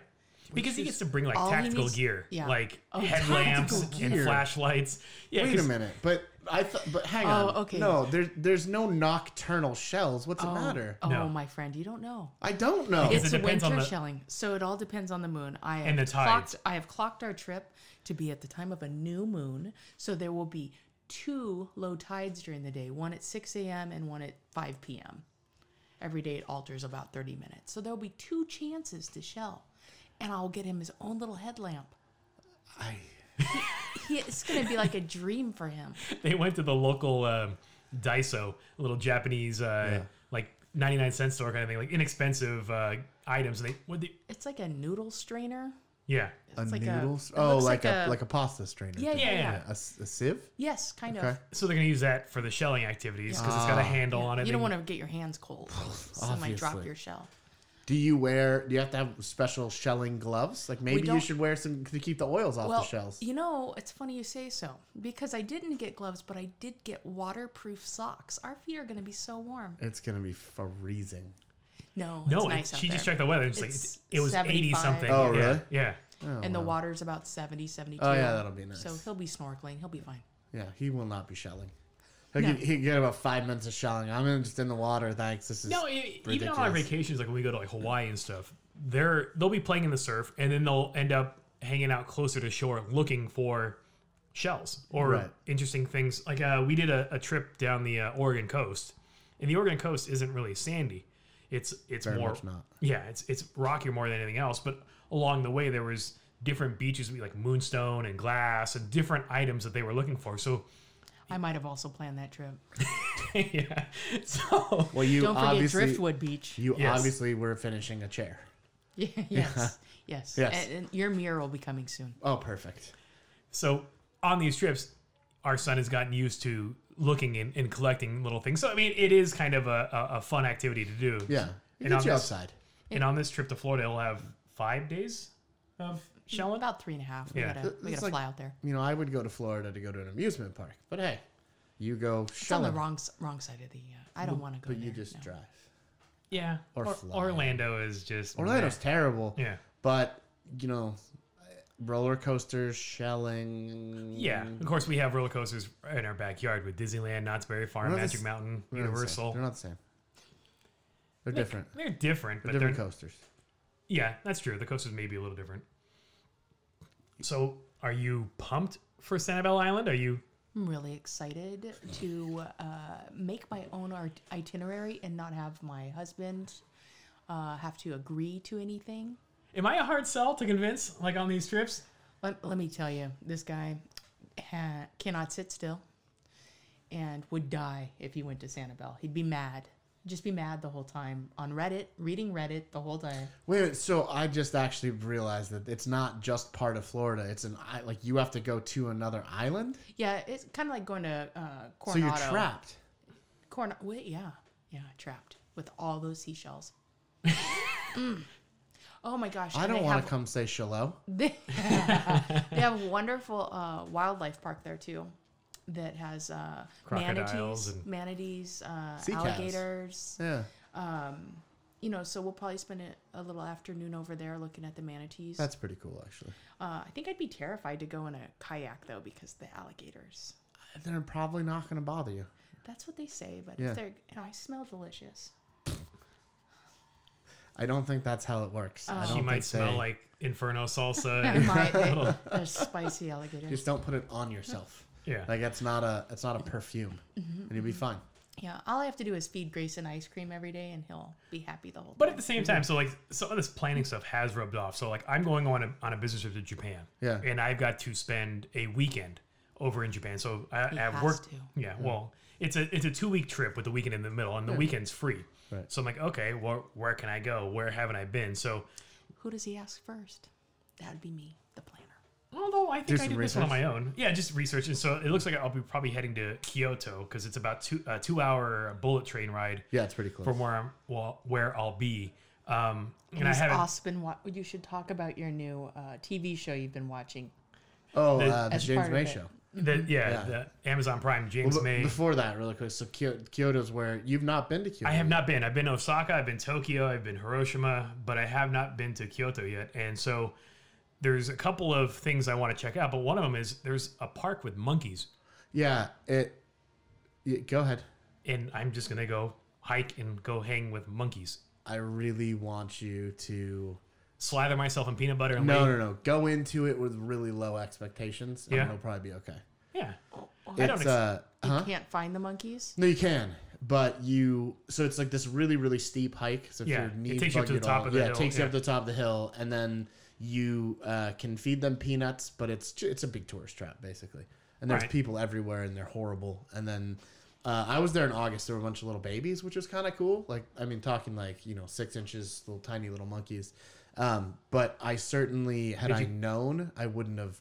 Speaker 1: Because he gets to bring like
Speaker 3: all he
Speaker 1: tactical
Speaker 3: needs-
Speaker 1: gear,
Speaker 3: yeah.
Speaker 1: like
Speaker 3: Oh,
Speaker 1: headlamps
Speaker 2: tactical
Speaker 1: and
Speaker 2: gear.
Speaker 1: flashlights. Yeah,
Speaker 2: Wait a
Speaker 1: 'cause-
Speaker 2: minute, but I thought, but hang
Speaker 3: Oh,
Speaker 2: on.
Speaker 3: okay.
Speaker 2: No, there's there's no nocturnal shells. What's the matter?
Speaker 3: Oh,
Speaker 1: No.
Speaker 3: my friend, you don't know.
Speaker 2: I don't know.
Speaker 1: Because
Speaker 3: It's
Speaker 1: it depends on
Speaker 3: winter
Speaker 1: the-
Speaker 3: shelling, so it all depends on the moon. I have
Speaker 1: And the tides.
Speaker 3: Clocked, I have clocked our trip to be at the time of a new moon, so there will be two low tides during the day, one at 6 a.m. and one at 5 p.m. Every day it alters about 30 minutes. So there'll be two chances to shell. And I'll get him his own little headlamp.
Speaker 2: I,
Speaker 3: He, it's going to be like a dream for him.
Speaker 1: (laughs) They went to the local um, Daiso, a little Japanese, uh,
Speaker 2: Yeah.
Speaker 1: like 99 cent store kind of thing, like inexpensive uh, items. And they, what the,
Speaker 3: It's like a noodle strainer.
Speaker 1: yeah.
Speaker 2: a
Speaker 3: It's like
Speaker 2: noodle.
Speaker 3: it
Speaker 2: s- oh,
Speaker 3: looks
Speaker 2: like, a, like a pasta strainer.
Speaker 3: yeah,
Speaker 2: thing.
Speaker 3: yeah, yeah,
Speaker 1: Yeah.
Speaker 2: A, s- a sieve.
Speaker 3: Yes, kind
Speaker 2: Okay.
Speaker 3: of.
Speaker 1: So they're going to use that for the shelling activities because
Speaker 2: Ah.
Speaker 1: it's got a handle on it.
Speaker 3: You don't
Speaker 1: They-
Speaker 3: want to get your
Speaker 2: (laughs)
Speaker 3: hands cold. so it might drop
Speaker 2: Obviously.
Speaker 3: your shell.
Speaker 2: Do you wear? Do you have to have special shelling gloves? Like maybe you
Speaker 3: don't-
Speaker 2: should wear some to keep the oils off
Speaker 3: Well,
Speaker 2: the shells.
Speaker 3: you know, it's funny you say so because I didn't get gloves, but I did get waterproof socks. Our feet are going to be so warm.
Speaker 2: It's gonna be freezing.
Speaker 3: No, it's
Speaker 1: No, it-
Speaker 3: nice out
Speaker 1: she just
Speaker 3: there.
Speaker 1: checked the weather. It's, like,
Speaker 3: It's
Speaker 1: it, it was 80
Speaker 3: 75.
Speaker 1: something.
Speaker 2: Oh,
Speaker 1: yeah,
Speaker 2: really?
Speaker 1: Yeah.
Speaker 3: and the water's about 70, 72.
Speaker 2: Oh yeah, that'll be nice.
Speaker 3: So he'll be snorkeling. He'll be fine.
Speaker 2: yeah, he will not be shelling. He'll,
Speaker 3: No.
Speaker 2: get, he'll get about five minutes of shelling. I'm in- just in the water. Thanks. This is
Speaker 1: No, e- even on our
Speaker 2: ridiculous.
Speaker 1: vacations, like when we go to like Hawaii and stuff, they're they'll be playing in the surf, and then they'll end up hanging out closer to shore looking for shells or
Speaker 2: Right.
Speaker 1: interesting things. Like uh, we did a, a trip down the uh, Oregon coast, and the Oregon coast isn't really sandy; it's it's
Speaker 2: very
Speaker 1: more
Speaker 2: much not.
Speaker 1: yeah, it's it's rockier more than anything else. But along the way, there was different beaches like moonstone and glass and different items that they were looking for. So (laughs)
Speaker 3: I might have also planned that trip.
Speaker 1: yeah, so
Speaker 2: Well, you
Speaker 3: Don't forget
Speaker 2: obviously
Speaker 3: Driftwood Beach.
Speaker 2: you
Speaker 1: Yes.
Speaker 2: obviously were finishing a chair.
Speaker 3: Yeah, (laughs) yes, yes.
Speaker 2: Yes.
Speaker 3: And, and your mirror will be coming soon.
Speaker 2: Oh, perfect.
Speaker 1: So on these trips, our son has gotten used to looking and, and collecting little things. So I mean, it is kind of a, a, a fun activity to do.
Speaker 2: Yeah,
Speaker 1: And
Speaker 2: it gets
Speaker 1: on
Speaker 2: you
Speaker 1: this-
Speaker 2: outside.
Speaker 1: And on this trip to Florida, we'll have five days of shelling.
Speaker 3: About three and a half. We
Speaker 1: Yeah.
Speaker 3: gotta, we
Speaker 2: It's
Speaker 3: gotta
Speaker 2: like-
Speaker 3: fly out there.
Speaker 2: You know, I would go to Florida to go to an amusement park, but hey, you go
Speaker 3: It's on the
Speaker 2: shelling,
Speaker 3: wrong s- wrong side of the. Uh, I don't want to go.
Speaker 2: but you
Speaker 3: there,
Speaker 2: just
Speaker 3: no.
Speaker 2: drive.
Speaker 1: Yeah.
Speaker 2: Or
Speaker 1: Or-
Speaker 2: fly.
Speaker 1: Orlando is just
Speaker 2: Orlando's terrible.
Speaker 1: Yeah.
Speaker 2: But you know, roller coasters, shelling.
Speaker 1: Yeah. Of course, we have roller coasters in our backyard with Disneyland, Knott's Berry Farm,
Speaker 2: Well,
Speaker 1: Magic
Speaker 2: that's-
Speaker 1: Mountain,
Speaker 2: They're not the same.
Speaker 1: Universal.
Speaker 2: They're not the same. They're different.
Speaker 1: They're different,
Speaker 2: They're
Speaker 1: but
Speaker 2: different
Speaker 1: they're
Speaker 2: coasters.
Speaker 1: yeah, that's true. The coasters may be a little different. So, are you pumped for Sanibel Island? Are you
Speaker 3: I'm really excited to uh, make my own art- itinerary and not have my husband uh, have to agree to anything.
Speaker 1: Am I a hard sell to convince, like on these trips?
Speaker 3: Let, let me tell you, this guy ha- cannot sit still and would die if he went to Sanibel. He'd be mad. Just be mad the whole time on Reddit, reading Reddit the whole day.
Speaker 2: Wait, a minute, so I just actually realized that it's not just part of Florida. It's an i- like you have to go to another island,
Speaker 3: Yeah, it's kind of like going to uh,
Speaker 2: so
Speaker 3: Coronado.
Speaker 2: you're trapped.
Speaker 3: Corn. Wait, yeah, yeah, trapped with all those seashells. Mm. Oh my gosh!
Speaker 2: I
Speaker 3: and
Speaker 2: don't
Speaker 3: they
Speaker 2: want
Speaker 3: have-
Speaker 2: to come say shalom.
Speaker 3: (laughs) They, they have a wonderful uh, wildlife park there too, that has uh,
Speaker 1: Crocodiles
Speaker 3: manatees,
Speaker 1: and-
Speaker 3: manatees, uh,
Speaker 2: Sea cows.
Speaker 3: alligators.
Speaker 2: Yeah,
Speaker 3: You know, so we'll probably spend a, a little afternoon over there looking at the manatees.
Speaker 2: that's pretty cool actually.
Speaker 3: uh, I think I'd be terrified to go in a kayak though because the alligators.
Speaker 2: They're probably not going to bother you.
Speaker 3: That's what they say, but
Speaker 2: Yeah.
Speaker 3: if they're, you know, I smell delicious.
Speaker 2: I don't think that's how it works. I don't
Speaker 1: Oh. She might
Speaker 2: think
Speaker 1: smell
Speaker 2: they-
Speaker 1: like Inferno salsa.
Speaker 2: (laughs)
Speaker 3: I
Speaker 1: and- (laughs)
Speaker 3: might- they- they're spicy alligators.
Speaker 2: Just don't put it on yourself.
Speaker 1: yeah.
Speaker 2: Like it's not a it's not a perfume,
Speaker 3: Mm-hmm.
Speaker 2: and you'll be fine.
Speaker 3: Yeah, all I have to do is feed Grayson ice cream every day, and he'll be happy the whole
Speaker 1: but at
Speaker 3: time.
Speaker 1: the same time, so like some of this planning stuff has rubbed off. So like I'm going on a, on a business trip to Japan.
Speaker 2: Yeah.
Speaker 1: And I've got to spend a weekend over in Japan. So I,
Speaker 3: He
Speaker 1: I've
Speaker 3: has
Speaker 1: worked.
Speaker 3: to.
Speaker 1: Yeah. Well, it's a it's a two week trip with the weekend in the middle, and the weekend's free.
Speaker 2: Right.
Speaker 1: So I'm like, okay, well, where can I go? Where haven't I been? So
Speaker 3: Who does he ask first? That'd be me, the planner.
Speaker 1: Although I
Speaker 2: Do
Speaker 1: think I
Speaker 2: some
Speaker 1: did this one on
Speaker 2: research?
Speaker 1: my own. Yeah, just research. And so it looks like I'll be probably heading to Kyoto because it's about two a two hour bullet train ride
Speaker 2: Yeah, it's pretty close.
Speaker 1: from where I'm well, where I'll be. Um, and I
Speaker 3: Miss
Speaker 1: haven't.
Speaker 3: Ospin, wa- you should talk about your new uh, TV show you've been watching.
Speaker 2: Oh, uh, the
Speaker 3: As
Speaker 2: James
Speaker 3: part of
Speaker 2: May
Speaker 3: it.
Speaker 2: show.
Speaker 1: The, yeah,
Speaker 2: Yeah.
Speaker 1: the Amazon Prime James
Speaker 2: Well, be-
Speaker 1: May.
Speaker 2: Before that, really quick. So Kyo- Kyoto's where you've not been to Kyoto.
Speaker 1: I have not been. I've been to Osaka, I've been Tokyo, I've been Hiroshima, but I have not been to Kyoto yet. And so there's a couple of things I want to check out, but one of them is there's a park with monkeys,
Speaker 2: Yeah, it. y go ahead.
Speaker 1: and I'm just gonna go hike and go hang with monkeys.
Speaker 2: I really want you to.
Speaker 1: Slather myself in peanut butter and
Speaker 2: No,
Speaker 1: lay-
Speaker 2: no, no. Go into it with really low expectations, and
Speaker 1: Yeah.
Speaker 2: it'll probably be okay.
Speaker 1: Yeah.
Speaker 3: Oh.
Speaker 1: I don't
Speaker 2: It's uh,
Speaker 3: You
Speaker 2: huh?
Speaker 3: can't find the monkeys.
Speaker 2: No, you can, but you so it's like this really really steep hike. So if
Speaker 1: Yeah,
Speaker 2: your
Speaker 1: it
Speaker 2: knees
Speaker 1: takes you up
Speaker 2: bug
Speaker 1: to the
Speaker 2: at
Speaker 1: top
Speaker 2: all-
Speaker 1: of the
Speaker 2: yeah,
Speaker 1: hill,
Speaker 2: it takes
Speaker 1: yeah.
Speaker 2: you up to the top of the hill, and then you uh, can feed them peanuts. But it's ju- it's a big tourist trap basically, and there's
Speaker 1: Right.
Speaker 2: people everywhere, and they're horrible. And then uh, I was there in August. There were a bunch of little babies, which was kind of cool. Like I mean, talking like you know six inches, little tiny little monkeys. Um, but I certainly had I known, I wouldn't have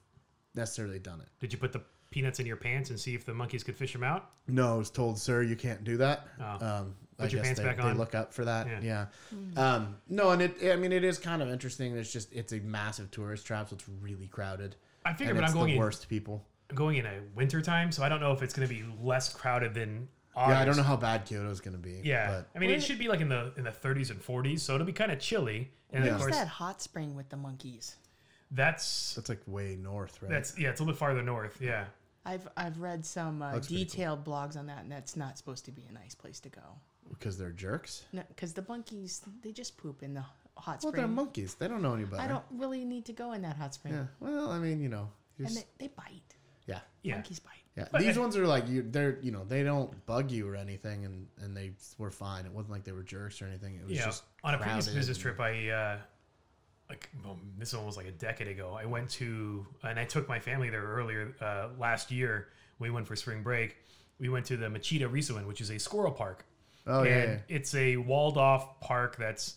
Speaker 2: necessarily done it.
Speaker 1: Did you put the peanuts in your pants and see if the monkeys could fish them out?
Speaker 2: No, I was told, sir, you can't do that.
Speaker 1: Oh.
Speaker 2: Um, I
Speaker 1: Put your
Speaker 2: guess
Speaker 1: pants
Speaker 2: they,
Speaker 1: back
Speaker 2: they
Speaker 1: on.
Speaker 2: look up for that.
Speaker 1: Yeah.
Speaker 2: Yeah.
Speaker 3: Mm.
Speaker 2: Um, no, and it, I mean, it is kind of interesting. It's just, it's a massive tourist trap, so it's really crowded.
Speaker 1: I figure,
Speaker 2: and
Speaker 1: but
Speaker 2: it's
Speaker 1: I'm going
Speaker 2: the
Speaker 1: in,
Speaker 2: worst people.
Speaker 1: going in a winter time, so I don't know if it's going to be less crowded than August.
Speaker 2: Yeah, I don't know how bad Kyoto's going to be.
Speaker 1: Yeah,
Speaker 2: But
Speaker 1: I mean,
Speaker 3: Where-
Speaker 1: it should be like in the in the 30s and 40s, so it'll be kind of chilly. And
Speaker 2: Yeah.
Speaker 1: of
Speaker 3: Where's
Speaker 1: course,
Speaker 3: that hot spring with the monkeys?
Speaker 1: that's
Speaker 2: that's like way north, right?
Speaker 1: that's yeah, it's a little bit farther north. Yeah,
Speaker 3: I've I've read some uh,
Speaker 2: Looks pretty cool.
Speaker 3: detailed blogs on that, and that's not supposed to be a nice place to go.
Speaker 2: because they're jerks.
Speaker 3: No, because the monkeys they just poop in the hot
Speaker 2: Well,
Speaker 3: spring.
Speaker 2: they're monkeys. They don't know any better.
Speaker 3: I don't really need to go in that hot spring,
Speaker 2: Yeah. Well, I mean, you know,
Speaker 3: and
Speaker 2: just,
Speaker 3: they, they bite.
Speaker 2: yeah.
Speaker 1: yeah.
Speaker 3: Monkeys bite.
Speaker 2: Yeah,
Speaker 1: But
Speaker 2: these
Speaker 1: I-
Speaker 2: ones are like you. They're you know they don't bug you or anything, and and they were fine. It wasn't like they were jerks or anything. It was
Speaker 1: you know,
Speaker 2: just
Speaker 1: on a previous
Speaker 2: crowded
Speaker 1: business
Speaker 2: and-
Speaker 1: trip, I uh, like well, this one was like a decade ago. I went to and I took my family there earlier uh, last year. We went for spring break. We went to the Machida Risuin, which is a squirrel park,
Speaker 2: Oh
Speaker 1: and
Speaker 2: yeah, yeah.
Speaker 1: it's a walled off park that's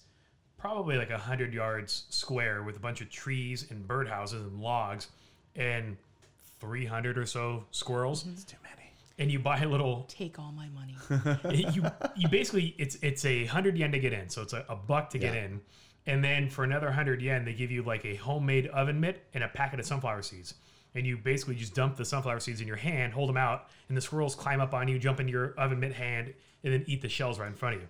Speaker 1: probably like hundred yards square with a bunch of trees and birdhouses and logs and three hundred or so squirrels.
Speaker 3: Mm-hmm.
Speaker 2: too many.
Speaker 1: And you buy a little
Speaker 3: Take all my money.
Speaker 1: it-
Speaker 2: (laughs)
Speaker 1: you you basically it's it's a hundred yen to get in, so it's a, a buck to get
Speaker 2: Yeah.
Speaker 1: in, and then for another hundred yen they give you like a homemade oven mitt and a packet of sunflower seeds, and you basically just dump the sunflower seeds in your hand, hold them out, and the squirrels climb up on you, jump into your oven mitt hand, and then eat the shells right in front of you.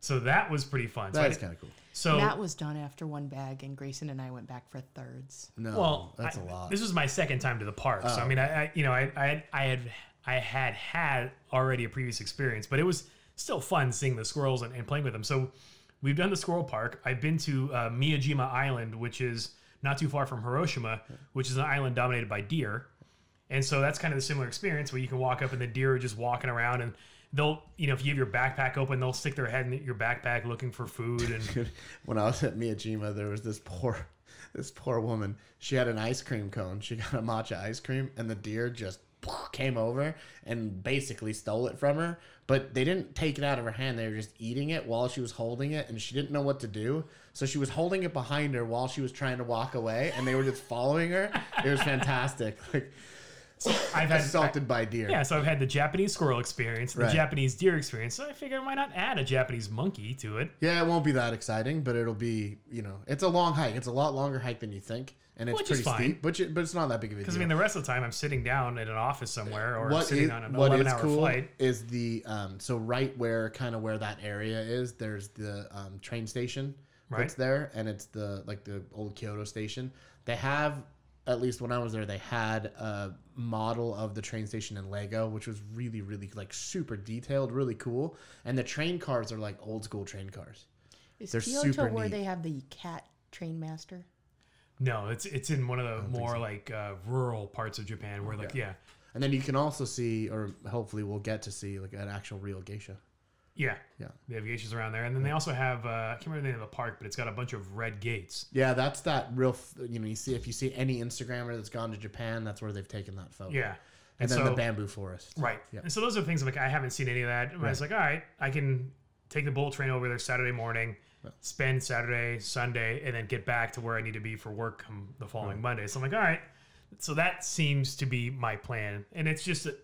Speaker 1: So that was pretty fun. So I
Speaker 2: That is
Speaker 1: did-
Speaker 2: kind of cool.
Speaker 1: so
Speaker 3: that was done after one bag, and Grayson and I went back for thirds.
Speaker 2: No,
Speaker 1: well,
Speaker 2: Um, that's
Speaker 1: a
Speaker 2: a lot. Oh.
Speaker 1: This was my second time to the park, so I mean, I, I you know, I, I I had I had had already a previous experience, but it was still fun seeing the squirrels and, and playing with them. So we've done the squirrel park. I've been to uh, Miyajima Island, which is not too far from Hiroshima, which is an island dominated by deer. And so that's kind of the similar experience where you can walk up and the deer are just walking around and they'll, you know, if you have your backpack open, they'll stick their head in your backpack looking for food. And
Speaker 2: (laughs) when I was at Miyajima, there was this poor, (laughs) this poor woman. She had an ice cream cone. She got a matcha ice cream, and the deer just (laughs) came over and basically stole it from her. But they didn't take it out of her hand. They were just eating it while she was holding it, and she didn't know what to do. So she was holding it behind her while she was trying to walk away, and they were just following her. It was fantastic. (laughs) Like
Speaker 1: I've had
Speaker 2: assaulted by deer.
Speaker 1: Yeah, so I've had the Japanese squirrel experience, the
Speaker 2: Right.
Speaker 1: Japanese deer experience. So I figure why not add a Japanese monkey to it?
Speaker 2: Yeah, it won't be that exciting, but it'll be you know, it's a long hike. It's a lot longer hike than you think, and it's
Speaker 1: Which is
Speaker 2: pretty
Speaker 1: fine.
Speaker 2: steep. But you, but it's not that big of a deal.
Speaker 1: Because I mean, the rest of the time I'm sitting down at an office somewhere or
Speaker 2: what
Speaker 1: sitting
Speaker 2: is,
Speaker 1: on an
Speaker 2: what
Speaker 1: 11
Speaker 2: is
Speaker 1: hour
Speaker 2: cool
Speaker 1: flight.
Speaker 2: is the um, so right where kind of where that area is. There's the um, train station
Speaker 1: Right.
Speaker 2: that's there, and it's the like the old Kyoto station. They have at least when I was there, they had a model of the train station in Lego, which was really really like super detailed, really cool. And the train cars are like old school train cars.
Speaker 3: Is
Speaker 2: They're
Speaker 3: Kyoto
Speaker 2: super
Speaker 3: where
Speaker 2: neat.
Speaker 3: they have the cat train master?
Speaker 1: No, it's it's in one of the more like uh, rural parts of Japan where like yeah.
Speaker 2: And then you can also see, or hopefully we'll get to see, like an actual real geisha.
Speaker 1: Yeah.
Speaker 2: Yeah.
Speaker 1: They have geishas around there. And then they also have, uh, I can't remember the name of the park, but it's got a bunch of red gates.
Speaker 2: Yeah, that's that real. F- you know, you see if you see any Instagrammer that's gone to Japan, that's where they've taken that photo.
Speaker 1: Yeah.
Speaker 2: and, then
Speaker 1: so,
Speaker 2: the bamboo forest.
Speaker 1: Right.
Speaker 2: Yeah.
Speaker 1: And so those are things like I haven't seen any of that. And I was like, all right, I can take the bullet train over there Saturday morning, spend Saturday, Sunday, and then get back to where I need to be for work come the following Monday. So I'm like, all right. So that seems to be my plan. And it's just that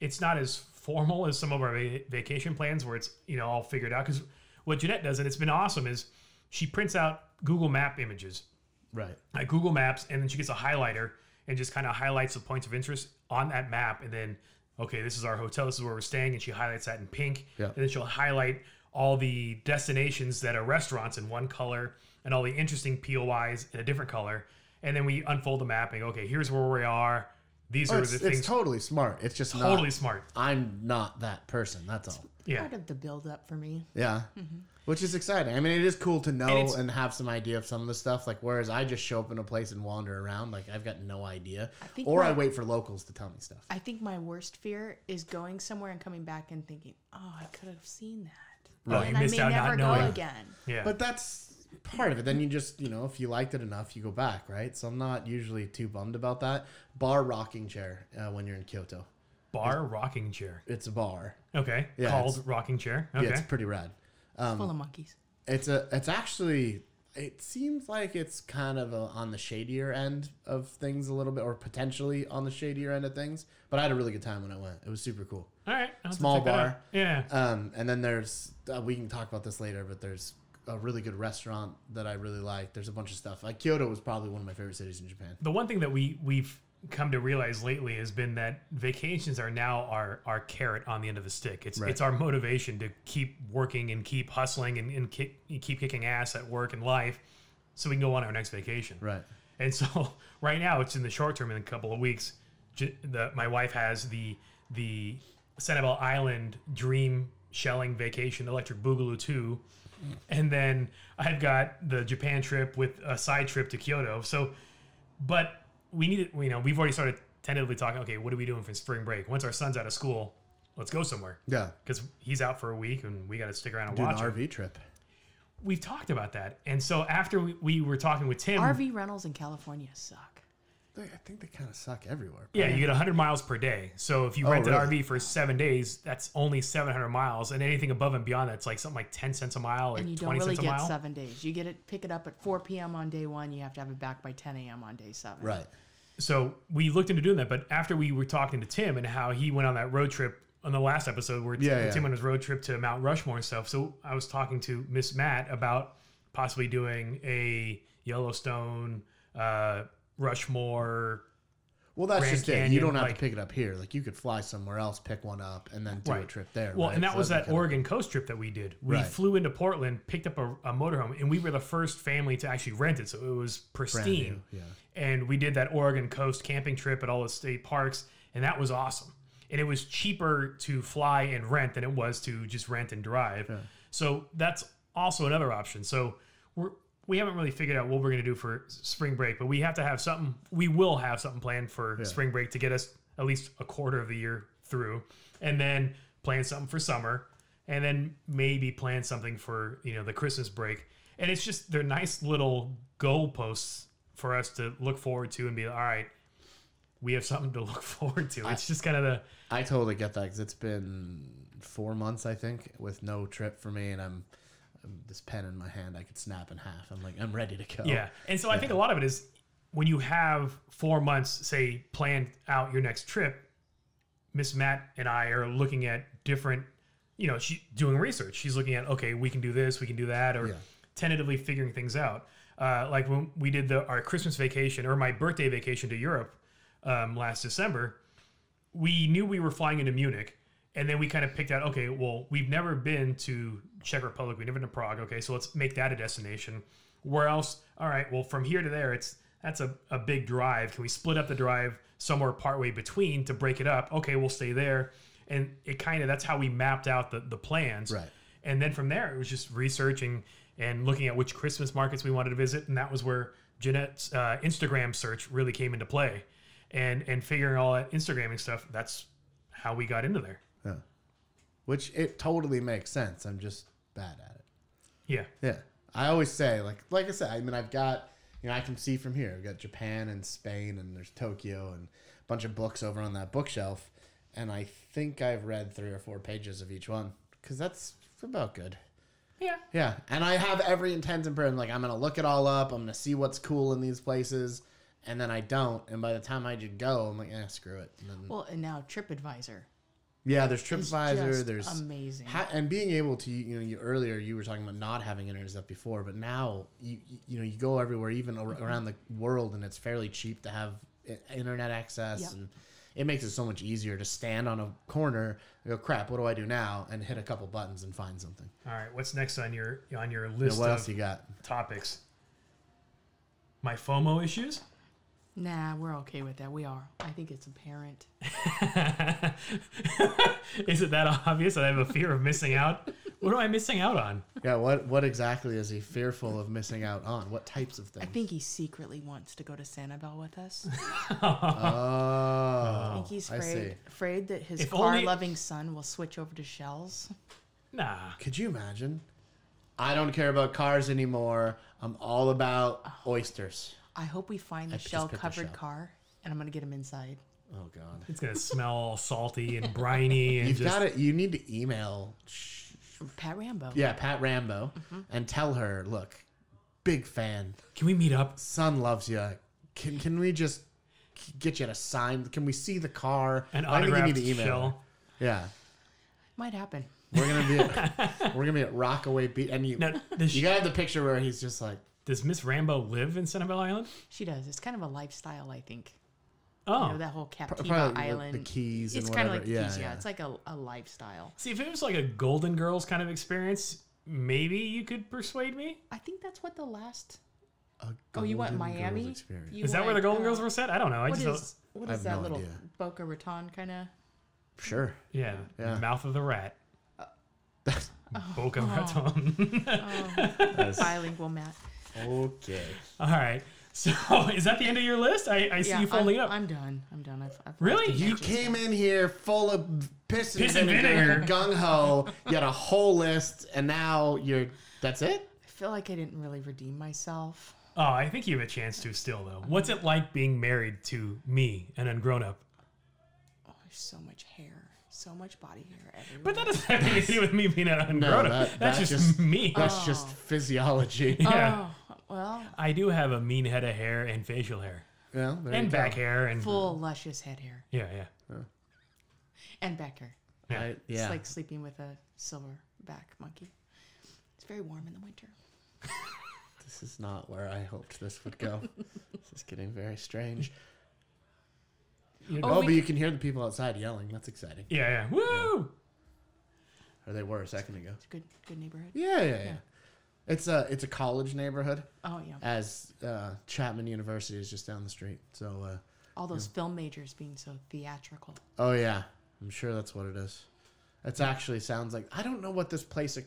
Speaker 1: it's not as formal as some of our va- vacation plans where it's, you know, all figured out. Because what Jeanette does, and it's been awesome, is she prints out Google Map images
Speaker 2: Right.
Speaker 1: like Google Maps, and then she gets a highlighter and just kind of highlights the points of interest on that map. And then, okay, this is our hotel, this is where we're staying, and she highlights that in pink.
Speaker 2: Yeah.
Speaker 1: And then she'll highlight all the destinations that are restaurants in one color and all the interesting POIs in a different color. And then we unfold the map and go, okay, here's where we are. These
Speaker 2: Oh,
Speaker 1: are
Speaker 2: it's,
Speaker 1: the
Speaker 2: it's
Speaker 1: things.
Speaker 2: totally smart. It's just
Speaker 1: totally
Speaker 2: Not,
Speaker 1: smart.
Speaker 2: I'm not that person. That's all.
Speaker 1: Yeah.
Speaker 3: part of the buildup for me.
Speaker 2: Yeah. Mm-hmm. Which is exciting. I mean, it is cool to know
Speaker 1: it's-
Speaker 2: and, have some idea of some of the stuff. Like, whereas I just show up in a place and wander around, like I've got no idea,
Speaker 3: think
Speaker 2: or I
Speaker 3: my-
Speaker 2: wait for locals to tell me stuff.
Speaker 3: I think my worst fear is going somewhere and coming back and thinking, "Oh, I could have seen that,"
Speaker 1: Right.
Speaker 3: and
Speaker 1: You
Speaker 3: I
Speaker 1: missed
Speaker 3: may
Speaker 1: out not
Speaker 3: never go
Speaker 1: knowing.
Speaker 3: again.
Speaker 1: Yeah.
Speaker 2: But that's part of it. Then you just, you know, if you liked it enough, you go back, right? So I'm not usually too bummed about that. Bar rocking chair uh, when you're in Kyoto.
Speaker 1: bar rocking chair.
Speaker 2: It's a bar.
Speaker 1: Okay.
Speaker 2: Yeah,
Speaker 1: Called rocking chair. Okay.
Speaker 2: Yeah, it's pretty rad. Um,
Speaker 3: Full of monkeys.
Speaker 2: It's a. It's actually. It seems like it's kind of uh on the shadier end of things a little bit, or potentially on the shadier end of things. But I had a really good time when I went. It was super cool.
Speaker 1: All right. I'll have to
Speaker 2: Small
Speaker 1: check that
Speaker 2: bar.
Speaker 1: out. Yeah.
Speaker 2: Um, and then there's uh, we can talk about this later, but there's a really good restaurant that I really like. There's a bunch of stuff. Like Kyoto was probably one of my favorite cities in Japan.
Speaker 1: the one thing that we we've come to realize lately has been that vacations are now our our carrot on the end of the stick. It's
Speaker 2: Right.
Speaker 1: it's our motivation to keep working and keep hustling and, and kick, keep kicking ass at work and life, so we can go on our next vacation.
Speaker 2: Right.
Speaker 1: And so (laughs) right now it's in the short term in a couple of weeks. j- The, my wife has the the Sanibel Island dream shelling vacation electric boogaloo 2 and then I've got the Japan trip with a side trip to Kyoto. So but we need to, you know, we've already started tentatively talking, okay, what are we doing for spring break? Once our son's out of school, let's go somewhere.
Speaker 2: Yeah.
Speaker 1: Cuz he's out for a week and we got to stick around and
Speaker 2: Do an
Speaker 1: watch him.
Speaker 2: RV trip.
Speaker 1: We've talked about that. And so after we, we were talking with Tim
Speaker 3: RV rentals in California suck.
Speaker 2: They- I think they kind of suck everywhere.
Speaker 1: Yeah, you get 100 miles per day. So if you rent an
Speaker 2: Oh, really?
Speaker 1: RV for seven days, that's only 700 miles, and anything above and beyond that's like something like 10 cents a mile or
Speaker 3: And you
Speaker 1: 20
Speaker 3: don't really
Speaker 1: cents a
Speaker 3: get
Speaker 1: mile.
Speaker 3: seven days. You get it, pick it up at 4 p.m. on day one. You have to have it back by 10 a.m. on day seven.
Speaker 2: Right.
Speaker 1: So we looked into doing that, but after we were talking to Tim and how he went on that road trip on the last episode where
Speaker 2: Yeah, yeah.
Speaker 1: Tim went on his road trip to Mount Rushmore and stuff. So I was talking to Miss Matt about possibly doing a Yellowstone, uh, Rushmore.
Speaker 2: Well, that's
Speaker 1: Grand
Speaker 2: just it. You
Speaker 1: Canyon,
Speaker 2: don't have
Speaker 1: like-
Speaker 2: to pick it up here. Like you could fly somewhere else, pick one up, and then do a
Speaker 1: Right.
Speaker 2: trip there.
Speaker 1: Well,
Speaker 2: right?
Speaker 1: and that
Speaker 2: So
Speaker 1: was that
Speaker 2: that'd be kinda-
Speaker 1: Oregon coast trip that we did. We
Speaker 2: Right.
Speaker 1: flew into Portland, picked up a, a motorhome, and we were the first family to actually rent it. So it was pristine.
Speaker 2: new, yeah.
Speaker 1: And we did that Oregon coast camping trip at all the state parks, and that was awesome. And it was cheaper to fly and rent than it was to just rent and drive. So that's also another option. So we're we haven't really figured out what we're going to do for s- spring break, but we have to have something. We will have something planned for spring break to get us at least a quarter of the year through, and then plan something for summer, and then maybe plan something for you know the Christmas break. And it's just they're nice little goalposts for us to look forward to and be all right. We have something to (laughs) look forward to. It's just kind of the
Speaker 2: I totally get that because it's been four months, I think, with no trip for me, and I'm, I'm this pen in my hand. I could snap in half. I'm like, I'm ready to go.
Speaker 1: Yeah. And so I think a lot of it is when you have four months, say, planned out your next trip, Miss Matt and I are looking at different, you know, she's doing research. She's looking at, okay, we can do this, we can do that, or
Speaker 2: Yeah.
Speaker 1: tentatively figuring things out. Uh, like when we did the, our Christmas vacation or my birthday vacation to Europe um, last December, we knew we were flying into Munich, and then we kind of picked out, okay, well, we've never been to Czech Republic, we've never been to Prague, okay, so let's make that a destination. Where else? All right, well, from here to there, it's that's a, a big drive. Can we split up the drive somewhere partway between to break it up? Okay, we'll stay there. And it kind of that's how we mapped out the, the plans.
Speaker 2: Right.
Speaker 1: And then from there, it was just researching and looking at which Christmas markets we wanted to visit, and that was where Jeanette's uh, Instagram search really came into play, and and figuring all that Instagramming stuff. That's how we got into there.
Speaker 2: Which it totally makes sense. I'm just bad at it.
Speaker 1: Yeah,
Speaker 2: Yeah. I always say, like, like I said, I mean, I've got, you know, I can see from here. I've got Japan and Spain, and there's Tokyo, and a bunch of books over on that bookshelf. And I think I've read three or four pages of each one because that's about good.
Speaker 1: yeah.
Speaker 2: Yeah, and I have every intent in prayer. Like I'm gonna look it all up. I'm gonna see what's cool in these places, and then I don't. And by the time I just go, I'm like, eh, screw it. And then,
Speaker 3: Well, and now TripAdvisor.
Speaker 2: yeah, there's
Speaker 3: is
Speaker 2: TripAdvisor.
Speaker 3: just
Speaker 2: There's
Speaker 3: amazing.
Speaker 2: ha- and being able to you know you earlier you were talking about not having internet stuff before, but now you you- you know you go everywhere, even ar-
Speaker 3: Mm-hmm.
Speaker 2: around the world, and it's fairly cheap to have i- internet access
Speaker 3: Yep.
Speaker 2: and. It makes it so much easier to stand on a corner, and go crap. What do I do now? And hit a couple buttons and find something.
Speaker 1: All right, what's next on your on your
Speaker 2: You know,
Speaker 1: list
Speaker 2: what
Speaker 1: of
Speaker 2: else you got?
Speaker 1: topics? My FOMO issues. (laughs)
Speaker 3: Nah, we're okay with that. We are. I think it's apparent.
Speaker 1: Is it that obvious that I have a fear of missing out? What am I missing out on?
Speaker 2: Yeah, what what exactly is he fearful of missing out on? What types of things?
Speaker 3: I think he secretly wants to go to Sanibel with us. I
Speaker 2: oh,
Speaker 3: think he's
Speaker 2: I see.
Speaker 3: afraid, afraid that his
Speaker 1: If
Speaker 3: car
Speaker 1: only-
Speaker 3: loving son will switch over to shells.
Speaker 1: Nah.
Speaker 2: Could you imagine? I don't care about cars anymore. I'm all about
Speaker 3: Oh.
Speaker 2: oysters.
Speaker 3: I hope we find the
Speaker 2: just
Speaker 3: shell
Speaker 2: picked a
Speaker 3: covered
Speaker 2: shell.
Speaker 3: car and I'm going to get him inside.
Speaker 2: Oh God.
Speaker 1: It's gonna smell all salty and briny and
Speaker 2: You've
Speaker 1: just
Speaker 2: got it. You need to email. Sh-
Speaker 3: Pat Rambo.
Speaker 2: Yeah, Pat Rambo,
Speaker 3: Mm-hmm.
Speaker 2: and tell her, look, big fan.
Speaker 1: Can we meet up?
Speaker 2: Son loves you. Can can we just k- get you to sign? Can we see the car?
Speaker 1: An
Speaker 2: I think you
Speaker 1: autographed
Speaker 2: need to email her.
Speaker 1: shell.
Speaker 2: Yeah,
Speaker 3: Might happen.
Speaker 2: we're gonna be at, (laughs) we're gonna be at Rockaway Beach, and you (laughs)
Speaker 1: Now, does,
Speaker 2: you gotta have the picture where he's just like,
Speaker 1: does Miss Rambo live in Sanibel Island?
Speaker 3: She does. It's kind of a lifestyle, I think.
Speaker 1: Oh,
Speaker 3: You know, that whole Captiva
Speaker 2: probably the-
Speaker 3: Island.
Speaker 2: the Keys
Speaker 3: It's
Speaker 2: and
Speaker 3: kind of
Speaker 2: whatever.
Speaker 3: like the
Speaker 2: Yeah,
Speaker 3: Keys, yeah.
Speaker 2: yeah.
Speaker 3: It's like a, a lifestyle.
Speaker 1: see if it was like a Golden Girls kind of experience. Maybe you could persuade me.
Speaker 3: I think that's what the last.
Speaker 2: a
Speaker 3: Oh, you want
Speaker 2: Golden
Speaker 3: Miami?
Speaker 2: Girls experience.
Speaker 3: You
Speaker 1: Is that where the
Speaker 3: want,
Speaker 1: Golden
Speaker 3: uh,
Speaker 1: Girls were set? I don't know. I
Speaker 3: What
Speaker 1: just don't-
Speaker 3: is, what
Speaker 2: I
Speaker 3: is
Speaker 2: have
Speaker 3: that
Speaker 2: no
Speaker 3: little
Speaker 2: idea.
Speaker 3: Boca Raton kind of?
Speaker 2: Sure.
Speaker 1: yeah,
Speaker 2: Yeah.
Speaker 1: mouth of the rat,
Speaker 3: Uh,
Speaker 2: That's-
Speaker 1: (laughs)
Speaker 3: oh.
Speaker 1: Boca Raton. (laughs)
Speaker 3: bilingual Matt.
Speaker 2: okay.
Speaker 1: All right. So (laughs) is that the end of your list? I, I see you folding
Speaker 3: I'm,
Speaker 1: it up.
Speaker 3: I'm done. I'm done. I've, I've
Speaker 1: Really?
Speaker 2: You came in here full of piss and
Speaker 1: Piss and
Speaker 2: vinegar, (laughs)
Speaker 1: vinegar.
Speaker 2: gung ho. You had a whole list, and now you're. That's it.
Speaker 3: I feel like I didn't really redeem myself.
Speaker 1: oh, I think you have a chance to still though. What's it like being married to me, an ungrown up?
Speaker 3: Oh, there's so much hair, so much body hair everywhere.
Speaker 1: But that doesn't have anything to do with me being an ungrown up.
Speaker 2: that-
Speaker 1: that's,
Speaker 2: that
Speaker 1: just,
Speaker 2: just-
Speaker 1: me.
Speaker 2: That's just physiology.
Speaker 1: (laughs) yeah.
Speaker 3: Oh, well,
Speaker 1: I do have a mean head of hair and facial hair
Speaker 2: Well, there you
Speaker 1: and
Speaker 2: go.
Speaker 1: back hair and
Speaker 3: full luscious head hair
Speaker 1: yeah, yeah.
Speaker 3: and back hair.
Speaker 1: Yeah.
Speaker 2: Right? Yeah.
Speaker 3: It's like sleeping with a silverback monkey. It's very warm in the winter.
Speaker 2: this is not where I hoped this would
Speaker 3: (laughs)
Speaker 2: go. this is getting very strange.
Speaker 1: You
Speaker 2: Oh,
Speaker 1: know-
Speaker 3: we
Speaker 2: but you can hear the people outside yelling. That's exciting.
Speaker 1: yeah, yeah. Woo!
Speaker 2: Or they were a second ago.
Speaker 3: It's a good, good neighborhood.
Speaker 2: Yeah, yeah, yeah. It's a it's a college neighborhood,
Speaker 3: Oh yeah,
Speaker 2: as uh, Chapman University is just down the street. So, uh,
Speaker 3: all those film majors being so theatrical.
Speaker 2: oh yeah, I'm sure that's what it is. It's actually sounds like I don't know what this place a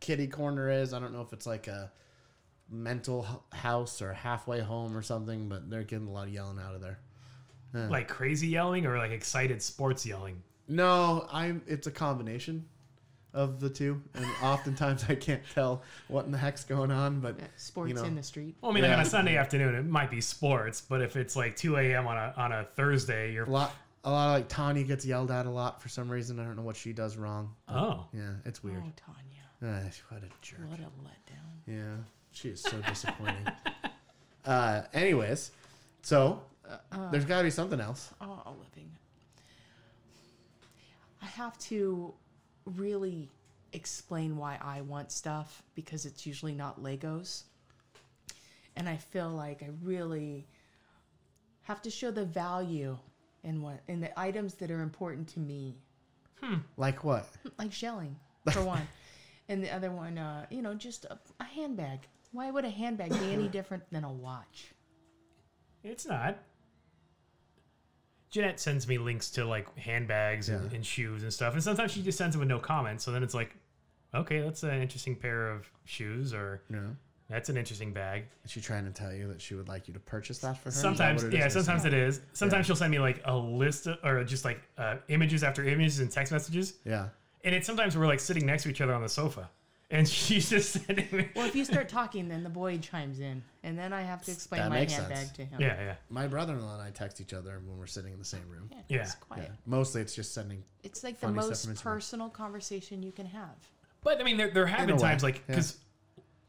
Speaker 2: kitty corner is. I don't know if it's like a mental h- house or halfway home or something, but they're getting a lot of yelling out of there.
Speaker 1: Like crazy yelling or like excited sports yelling.
Speaker 2: No, I'm. It's a combination of the two,
Speaker 3: (laughs)
Speaker 2: and oftentimes I can't tell what in the heck's going on. But
Speaker 3: Yeah, Uh, Sports
Speaker 2: know.
Speaker 3: in the street.
Speaker 1: Well, I mean, like on
Speaker 2: Yeah.
Speaker 1: a Sunday afternoon, it might be sports, but if it's like 2 a.m. on a on a Thursday, you're
Speaker 2: a lot, a lot of like Tanya gets yelled at a lot for some reason. I don't know what she does wrong.
Speaker 1: oh,
Speaker 2: Yeah, it's weird.
Speaker 3: Oh, Tanya,
Speaker 2: Ah, what a jerk.
Speaker 3: what a letdown.
Speaker 2: Yeah, she is so disappointing. (laughs) uh, anyways, so uh,
Speaker 3: Uh.
Speaker 2: there's got to be something else.
Speaker 3: Oh, a living. I have to really explain why I want stuff because it's usually not Legos. And I feel like I really have to show the value in what in the items that are important to me,
Speaker 2: Like what?
Speaker 3: like shelling
Speaker 2: (laughs)
Speaker 3: for one, and the other one, uh, you know, just a, a handbag. Why would a handbag
Speaker 2: (laughs)
Speaker 3: be any different than a watch?
Speaker 1: it's not. Jeanette sends me links to like handbags and, and shoes and stuff, and sometimes she just sends them with no comment. So then it's like, okay, that's an interesting pair of shoes, or
Speaker 2: No.
Speaker 1: that's an interesting bag.
Speaker 2: Is she trying to tell you that she would like you to purchase that for her? Is that
Speaker 1: Sometimes,
Speaker 2: what it
Speaker 1: yeah,
Speaker 2: is?
Speaker 1: sometimes it is. Sometimes she'll send me like a list of, or just like uh, images after images and text messages.
Speaker 2: Yeah.
Speaker 1: And it's sometimes we're like sitting next to each other on the sofa. And (laughs) she's just sending me.
Speaker 3: Well, if you start talking, then the boy chimes in, and then I have to explain
Speaker 2: That
Speaker 3: my
Speaker 2: makes
Speaker 3: handbag
Speaker 2: sense.
Speaker 3: to
Speaker 1: (laughs)
Speaker 3: him.
Speaker 1: Yeah, yeah.
Speaker 2: My brother-in-law and I text each other when we're sitting in the same room.
Speaker 1: Yeah.
Speaker 3: It's
Speaker 2: Yeah.
Speaker 3: quiet.
Speaker 2: Mostly it's just sending
Speaker 3: It's like
Speaker 2: Funny
Speaker 3: the
Speaker 2: stuff from
Speaker 3: most
Speaker 2: Instagram.
Speaker 3: personal conversation you can have.
Speaker 1: But I mean, there, there have
Speaker 2: In a
Speaker 1: been times
Speaker 2: way,
Speaker 1: like,
Speaker 2: yeah.
Speaker 1: because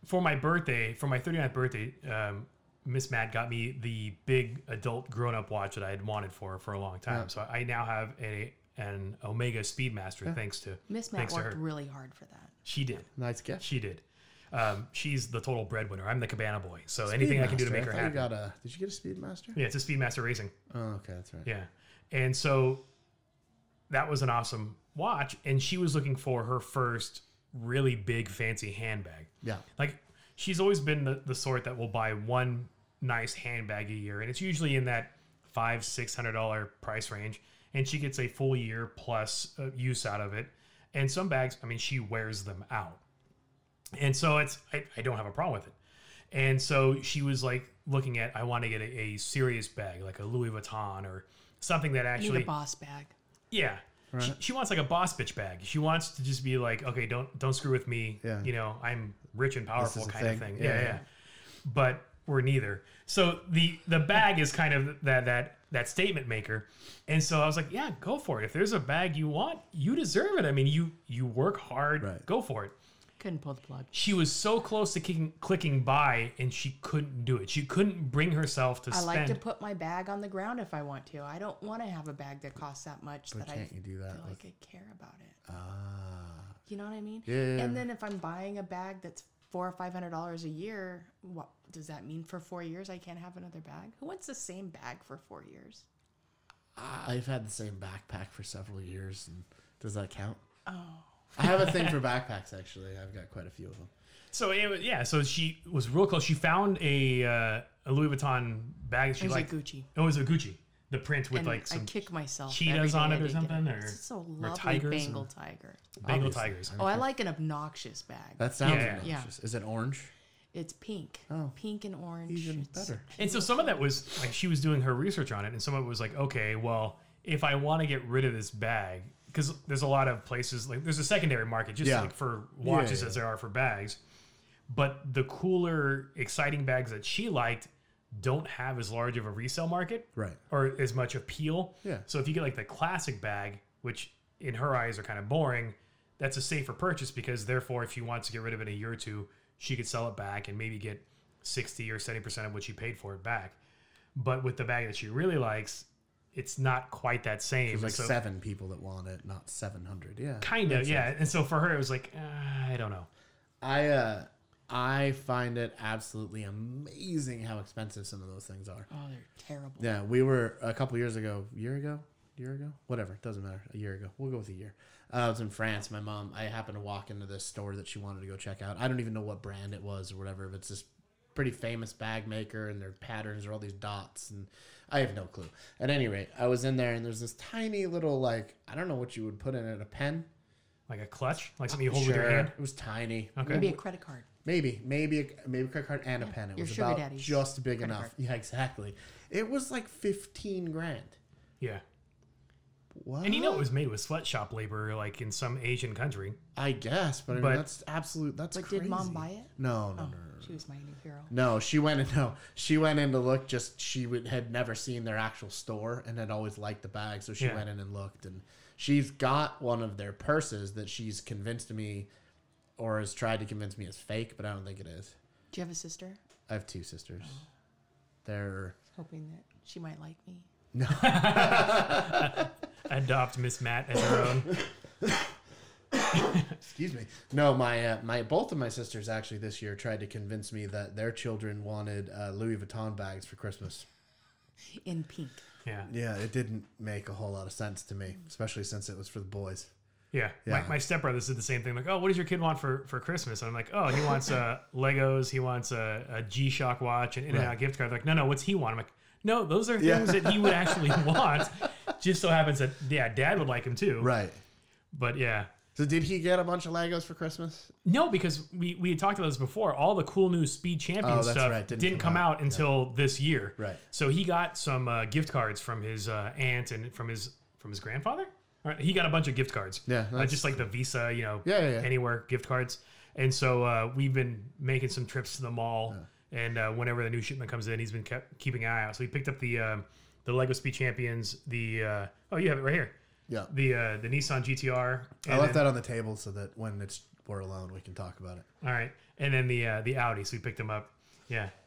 Speaker 1: for my birthday, for my 39th birthday, um, Miss Matt got me the big adult grown up watch that I had wanted for for a long time. So I now have a an Omega Speedmaster thanks to
Speaker 3: Miss Matt
Speaker 1: thanks to
Speaker 3: worked
Speaker 1: her.
Speaker 3: really hard for that.
Speaker 1: She did.
Speaker 2: nice gift.
Speaker 1: She did. Um, she's the total breadwinner. I'm the cabana boy. So anything I can do to
Speaker 2: Speedmaster.
Speaker 1: make her
Speaker 2: thought you
Speaker 1: happy.
Speaker 2: got a- did you get a Speedmaster?
Speaker 1: yeah, it's a Speedmaster Racing.
Speaker 2: Oh, okay, that's right.
Speaker 1: Yeah. And so that was an awesome watch. And she was looking for her first really big fancy handbag.
Speaker 2: Yeah.
Speaker 1: Like she's always been the, the sort that will buy one nice handbag a year, and it's usually in that five six hundred dollar price range. And she gets a full year plus uh, use out of it. And some bags, I mean, she wears them out, and so it's I, I don't have a problem with it. And so she was like looking at I want to get a, a serious bag like a Louis Vuitton or something that
Speaker 3: I need
Speaker 1: actually
Speaker 3: a boss bag.
Speaker 1: yeah. She, she wants like a boss bitch bag. She wants to just be like, okay, don't don't screw with me.
Speaker 2: Yeah.
Speaker 1: You know, I'm rich and powerful
Speaker 2: the
Speaker 1: kind of
Speaker 2: thing.
Speaker 1: thing. Yeah,
Speaker 2: Yeah,
Speaker 1: yeah,
Speaker 2: yeah.
Speaker 1: But we're neither. So the the bag is kind of that that that statement maker. And so I was like, yeah, go for it. If there's a bag you want, you deserve it. I mean, you you work hard,
Speaker 2: Right.
Speaker 1: go for it.
Speaker 3: Couldn't pull the plug.
Speaker 1: She was so close to kicking, clicking buy, and she couldn't do it. She couldn't bring herself to
Speaker 3: I
Speaker 1: spend.
Speaker 3: like to put my bag on the ground if I want to. I don't want to have a bag that costs that much that I
Speaker 2: can't you do that
Speaker 3: feel
Speaker 2: with-
Speaker 3: like I care about it.
Speaker 2: Ah.
Speaker 3: You know what I mean?
Speaker 2: Yeah.
Speaker 3: And then if I'm buying a bag that's four or five hundred dollars a year, what does that mean for four years I can't have another bag? Who wants the same bag for four years?
Speaker 2: I've had the same backpack for several years. And does that count? Oh. I have a thing for backpacks, actually. I've got quite a few of them.
Speaker 1: So it was, yeah, so she was real close. She found a uh, a Louis Vuitton bag. That she
Speaker 3: It was
Speaker 1: liked.
Speaker 3: a Gucci.
Speaker 1: Oh, it was a Gucci. The print with
Speaker 3: And
Speaker 1: like
Speaker 3: I
Speaker 1: some
Speaker 3: kick myself.
Speaker 1: cheetahs
Speaker 3: every day
Speaker 1: on
Speaker 3: I
Speaker 1: it or
Speaker 3: didn't get
Speaker 1: something, or-
Speaker 3: it's so
Speaker 1: or
Speaker 3: lovely
Speaker 1: tigers
Speaker 3: Bengal
Speaker 1: and-
Speaker 3: tiger.
Speaker 1: Bengal
Speaker 2: Obviously.
Speaker 1: tigers.
Speaker 3: Oh, I like an obnoxious bag.
Speaker 2: That sounds
Speaker 1: Yeah.
Speaker 2: yeah. Is it orange?
Speaker 3: It's pink.
Speaker 2: Oh.
Speaker 3: Pink and orange.
Speaker 2: Even
Speaker 3: It's-
Speaker 2: better.
Speaker 1: And so some of that was like she was doing her research on it, and some of it was like, okay, well, if I want to get rid of this bag, because there's a lot of places like there's a secondary market just
Speaker 2: Yeah.
Speaker 1: like for watches
Speaker 2: yeah,
Speaker 1: as there are for bags, but the cooler, exciting bags that she liked don't have as large of a resale market,
Speaker 2: Right.
Speaker 1: or as much appeal.
Speaker 2: Yeah.
Speaker 1: So if you get like the classic bag, which in her eyes are kind of boring, that's a safer purchase because therefore, if she wants to get rid of it in a year or two, she could sell it back and maybe get sixty or seventy percent of what she paid for it back. But with the bag that she really likes, it's not quite that same.
Speaker 2: There's like
Speaker 1: So-
Speaker 2: seven people that want it, not 700. Yeah.
Speaker 1: kind of, yeah. And so for her, it was like uh, I don't know.
Speaker 2: I uh I find it absolutely amazing how expensive some of those things are.
Speaker 3: Oh, they're terrible.
Speaker 2: Yeah, we were a couple years ago, year ago, year ago, whatever, doesn't matter. A year ago, we'll go with a year. Uh, I was in France. My mom, I happened to walk into this store that she wanted to go check out. I don't even know what brand it was or whatever. But it's this pretty famous bag maker, and their patterns are all these dots, and I have no clue. At any rate, I was in there, and there's this tiny little like I don't know what you would put in it, a pen.
Speaker 1: Like a clutch, like something you hold with your hand.
Speaker 2: It was tiny.
Speaker 3: Maybe a credit card.
Speaker 2: Maybe, maybe, a, maybe a credit card and a pen. It
Speaker 3: your
Speaker 2: was
Speaker 3: sugar
Speaker 2: about
Speaker 3: daddy's
Speaker 2: just big enough.
Speaker 3: card.
Speaker 2: Yeah, exactly. It was like fifteen grand.
Speaker 1: Yeah.
Speaker 2: What?
Speaker 1: And you know it was made with sweatshop labor, like in some Asian country.
Speaker 2: I guess, but, I mean,
Speaker 1: But-
Speaker 2: that's absolute. That's
Speaker 3: But
Speaker 2: crazy.
Speaker 3: did mom buy it? Oh,
Speaker 2: No, no, no, no.
Speaker 3: She was my new hero.
Speaker 2: No, she went and (laughs) no, she went in to look. Just she would, had never seen their actual store and had always liked the bag, so she
Speaker 1: Yeah.
Speaker 2: went in and looked. And she's got one of their purses that she's convinced me, or has tried to convince me is fake, but I don't think it is.
Speaker 3: Do you have a sister?
Speaker 2: I have two sisters.
Speaker 3: Oh.
Speaker 2: They're
Speaker 3: Hoping that she might like me.
Speaker 1: Adopt Miss Matt as her own.
Speaker 2: (laughs) Excuse me. No, my uh, my both of my sisters actually this year tried to convince me that their children wanted uh, Louis Vuitton bags for Christmas.
Speaker 3: In pink.
Speaker 1: Yeah.
Speaker 2: Yeah, it didn't make a whole lot of sense to me,
Speaker 3: Mm.
Speaker 2: especially since it was for the boys.
Speaker 1: Yeah.
Speaker 2: Yeah.
Speaker 1: My, my stepbrother said the same thing. Like, oh, what does your kid want for, for Christmas? And I'm like, oh, he wants
Speaker 2: (laughs)
Speaker 1: uh, Legos. He wants a, a G Shock watch, an In and Out gift card. They're like, no, no, what's he want? I'm like, no, those are things that he would
Speaker 2: (laughs)
Speaker 1: actually want. Just so happens that, yeah, dad would like him too.
Speaker 2: Right.
Speaker 1: But yeah.
Speaker 2: So did he get a bunch of Legos for Christmas?
Speaker 1: No, because we, we had talked about this before. All the cool new Speed Champion
Speaker 2: Oh, that's
Speaker 1: stuff
Speaker 2: right.
Speaker 1: didn't,
Speaker 2: Didn't
Speaker 1: come,
Speaker 2: come
Speaker 1: out, until this year.
Speaker 2: Right.
Speaker 1: So he got some uh, gift cards from his uh, aunt and from his from his grandfather. All right, he got a bunch of gift cards.
Speaker 2: Yeah,
Speaker 1: Uh,
Speaker 2: that's-
Speaker 1: just like the Visa, you know,
Speaker 2: Yeah, yeah, yeah.
Speaker 1: anywhere gift cards. And so uh, we've been making some trips to the mall, and uh, whenever the new shipment comes in, he's been kept keeping an eye out. So he picked up the um, the Lego Speed Champions. The uh, oh, you have it right here.
Speaker 2: Yeah.
Speaker 1: The uh, the Nissan GTR.
Speaker 2: I
Speaker 1: and
Speaker 2: left
Speaker 1: then-
Speaker 2: that on the table so that when it's we're alone, we can talk about it.
Speaker 1: All right, and then the uh, the Audi. So we picked him up. Yeah.
Speaker 3: (laughs)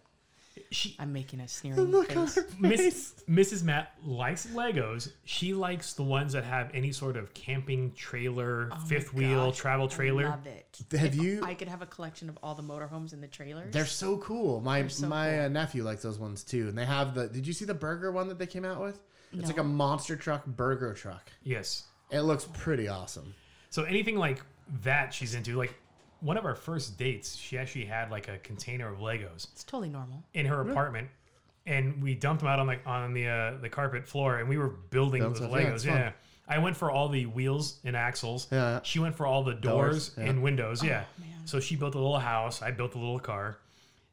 Speaker 1: She
Speaker 3: I'm making a
Speaker 1: Oh
Speaker 3: sneering face.
Speaker 1: Miss, Mrs. Matt likes Legos. She likes the ones that have any sort of camping trailer, fifth wheel,
Speaker 3: Oh gosh,
Speaker 1: travel trailer.
Speaker 3: I love it.
Speaker 2: Have
Speaker 3: If
Speaker 2: you-
Speaker 3: I could have a collection of all the motorhomes and the trailers.
Speaker 2: They're so cool. My
Speaker 3: so
Speaker 2: my Uh, nephew likes those ones too, and they have the. Did you see the burger one that they came out with? It's
Speaker 3: No.
Speaker 2: like a monster truck burger truck.
Speaker 1: Yes.
Speaker 2: It looks pretty awesome.
Speaker 1: So anything like that she's into. Like one of our first dates, she actually had like a container of Legos
Speaker 3: it's totally normal.
Speaker 1: in her apartment. and we dumped them out on like on the uh, the carpet floor, and we were building
Speaker 2: Built
Speaker 1: with
Speaker 2: up, yeah, it's
Speaker 1: Legos. Yeah,
Speaker 2: fun.
Speaker 1: I went for all the wheels and axles.
Speaker 2: Yeah.
Speaker 1: She went for all the doors,
Speaker 2: Doors, yeah.
Speaker 1: and windows. Yeah. So she built a little house. I built a little car,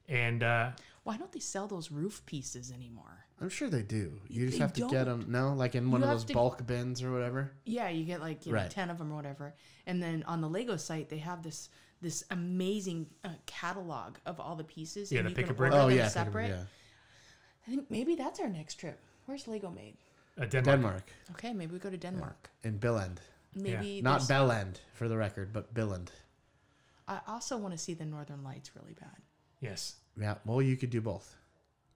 Speaker 1: and uh,
Speaker 3: Why don't they sell those roof pieces anymore?
Speaker 2: I'm sure they do. You just
Speaker 3: They
Speaker 2: have to get them. No, like in one
Speaker 3: You
Speaker 2: of
Speaker 3: have
Speaker 2: those
Speaker 3: to-
Speaker 2: bulk bins or whatever.
Speaker 3: Yeah, you get like you know,
Speaker 2: Right.
Speaker 3: ten of them or whatever. And then on the Lego site, they have this this amazing uh, catalog of all the pieces.
Speaker 1: Yeah,
Speaker 3: and
Speaker 1: the
Speaker 3: you
Speaker 1: pick
Speaker 3: can
Speaker 1: a brick.
Speaker 3: order
Speaker 2: Oh
Speaker 3: them
Speaker 2: yeah, pick 'em,
Speaker 3: separate.
Speaker 2: yeah.
Speaker 3: I think maybe that's our next trip. Where's Lego made?
Speaker 1: uh, Denmark.
Speaker 2: Denmark
Speaker 3: Okay, maybe we go to Denmark.
Speaker 2: in Billund,
Speaker 3: Maybe
Speaker 2: not
Speaker 3: there's-
Speaker 2: Bellend for the record, but Billund.
Speaker 3: I also want to see the Northern Lights really bad.
Speaker 1: Yes.
Speaker 2: Yeah. Well, you could do both.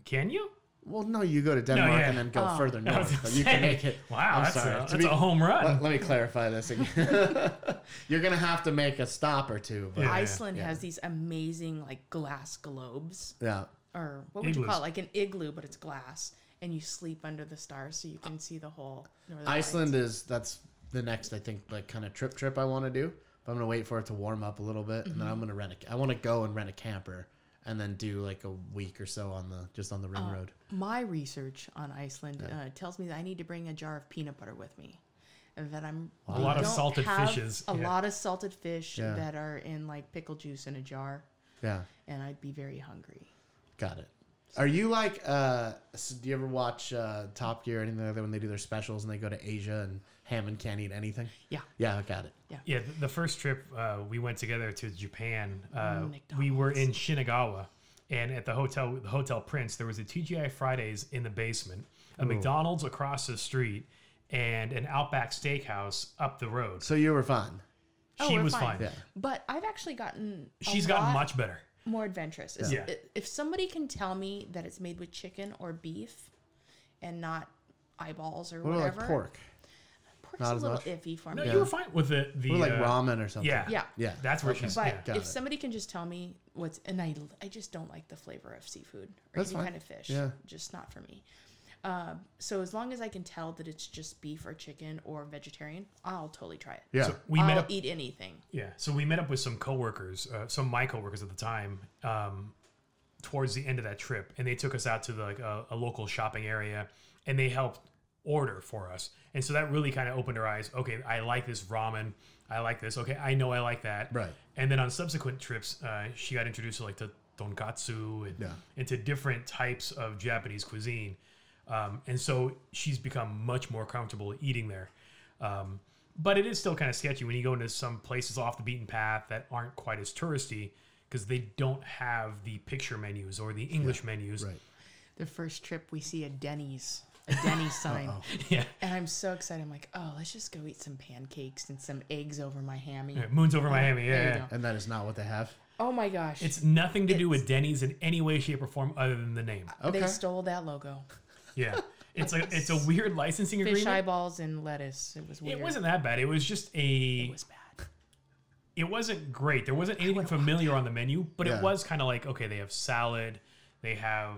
Speaker 1: Can you?
Speaker 2: Well, no, you go to Denmark
Speaker 1: yeah.
Speaker 2: and then go
Speaker 1: (laughs)
Speaker 3: Oh.
Speaker 2: further north, but you can make it.
Speaker 1: Wow,
Speaker 2: I'm
Speaker 1: that's,
Speaker 2: sorry.
Speaker 1: A,
Speaker 2: To
Speaker 1: that's
Speaker 2: be- Uh,
Speaker 1: a home run.
Speaker 2: (laughs) Let, let me clarify this again. (laughs) You're gonna have to make a stop or two, but
Speaker 1: Yeah.
Speaker 3: Iceland has these amazing like glass globes,
Speaker 2: yeah.
Speaker 3: or what would you
Speaker 1: Igloos.
Speaker 3: call it? Like an igloo, but it's glass, and you sleep under the stars so you can see the whole. Northern
Speaker 2: Iceland is that's the next I think like kind of trip trip I want to do. But I'm gonna wait for it to warm up a little bit, and then I'm gonna rent a. I want to go and rent a camper, and then do like a week or so on the just on the ring road.
Speaker 3: my research on Iceland uh, tells me that I need to bring a jar of peanut butter with me, and that I'm
Speaker 1: A
Speaker 3: we
Speaker 1: lot of
Speaker 3: don't
Speaker 1: salted
Speaker 3: have
Speaker 1: fishes,
Speaker 3: a
Speaker 1: yeah.
Speaker 3: lot of salted fish
Speaker 2: Yeah.
Speaker 3: that are in like pickle juice in a jar,
Speaker 2: Yeah,
Speaker 3: and I'd be very hungry.
Speaker 2: got it. Are you like? uh s Do you ever watch uh Top Gear or anything like that when they do their specials and they go to Asia and Hammond can't eat anything?
Speaker 3: Yeah,
Speaker 2: Yeah, I got it.
Speaker 1: Yeah, th- the first trip uh, we went together to Japan, uh,
Speaker 3: Mm,
Speaker 1: we were in Shinagawa, and at the hotel, the Hotel Prince, there was a TGI Fridays in the basement, a McDonald's across the street, and an Outback Steakhouse up the road.
Speaker 2: So you were fine.
Speaker 3: Oh,
Speaker 1: she
Speaker 3: we're
Speaker 1: was
Speaker 3: fine.
Speaker 1: fine.
Speaker 2: Yeah.
Speaker 3: but I've actually gotten a
Speaker 1: She's gotten
Speaker 3: lot-
Speaker 1: much better.
Speaker 3: more adventurous. Is-
Speaker 1: Yeah.
Speaker 3: i- If somebody can tell me that it's made with chicken or beef and not eyeballs or
Speaker 2: What about
Speaker 3: whatever,
Speaker 2: like pork?
Speaker 3: pork's
Speaker 2: Not
Speaker 3: a
Speaker 2: as
Speaker 3: little
Speaker 2: much?
Speaker 3: iffy for
Speaker 1: No,
Speaker 3: me.
Speaker 1: you were fine with the the
Speaker 2: What about like
Speaker 1: uh,
Speaker 2: ramen or something?
Speaker 1: Yeah,
Speaker 3: Yeah.
Speaker 2: Yeah.
Speaker 1: That's where she's.
Speaker 3: But
Speaker 1: yeah.
Speaker 2: Got
Speaker 3: if
Speaker 2: it.
Speaker 3: somebody can just tell me what's, and I, I just don't like the flavor of seafood or
Speaker 2: That's
Speaker 3: any
Speaker 2: fine.
Speaker 3: kind of fish.
Speaker 2: Yeah.
Speaker 3: Just not for me. Um, so as long as I can tell that it's just beef or chicken or vegetarian, I'll totally try it.
Speaker 2: Yeah.
Speaker 1: So we
Speaker 3: I'll
Speaker 1: met up.
Speaker 3: eat anything.
Speaker 1: Yeah, so we met up with some coworkers, uh, some of my coworkers at the time, um, towards the end of that trip, and they took us out to the, like a, a local shopping area, and they helped order for us, and so that really kind of opened our eyes. Okay, I like this ramen. I like this. Okay, I know I like that.
Speaker 2: Right.
Speaker 1: And then on subsequent trips, uh, she got introduced to like the tonkatsu and
Speaker 2: Yeah.
Speaker 1: and to different types of Japanese cuisine, um, and so she's become much more comfortable eating there. Um, but it is still kind of sketchy when you go into some places off the beaten path that aren't quite as touristy because they don't have the picture menus or the English menus.
Speaker 2: Right.
Speaker 3: The first trip we see a Denny's, a
Speaker 1: (laughs)
Speaker 3: Denny's sign.
Speaker 1: Yeah.
Speaker 3: And I'm so excited. I'm like, oh, let's just go eat some pancakes and some eggs over my hammy.
Speaker 1: Yeah, Moon's over Miami. Yeah.
Speaker 3: There you
Speaker 1: yeah.
Speaker 3: go.
Speaker 2: And that is not what they have.
Speaker 3: Oh my gosh.
Speaker 1: It's nothing to do with Denny's in any way, shape, or form other than the
Speaker 3: (laughs)
Speaker 1: name.
Speaker 2: Okay.
Speaker 3: They stole that logo.
Speaker 1: Yeah. It's a it's a weird licensing
Speaker 3: Fish
Speaker 1: agreement.
Speaker 3: eyeballs and lettuce. It was weird.
Speaker 1: It wasn't that bad. It was just a
Speaker 3: It was bad.
Speaker 1: it wasn't great. There wasn't anything familiar on the menu, but
Speaker 2: Yeah.
Speaker 1: it was kind of like okay, they have salad, they have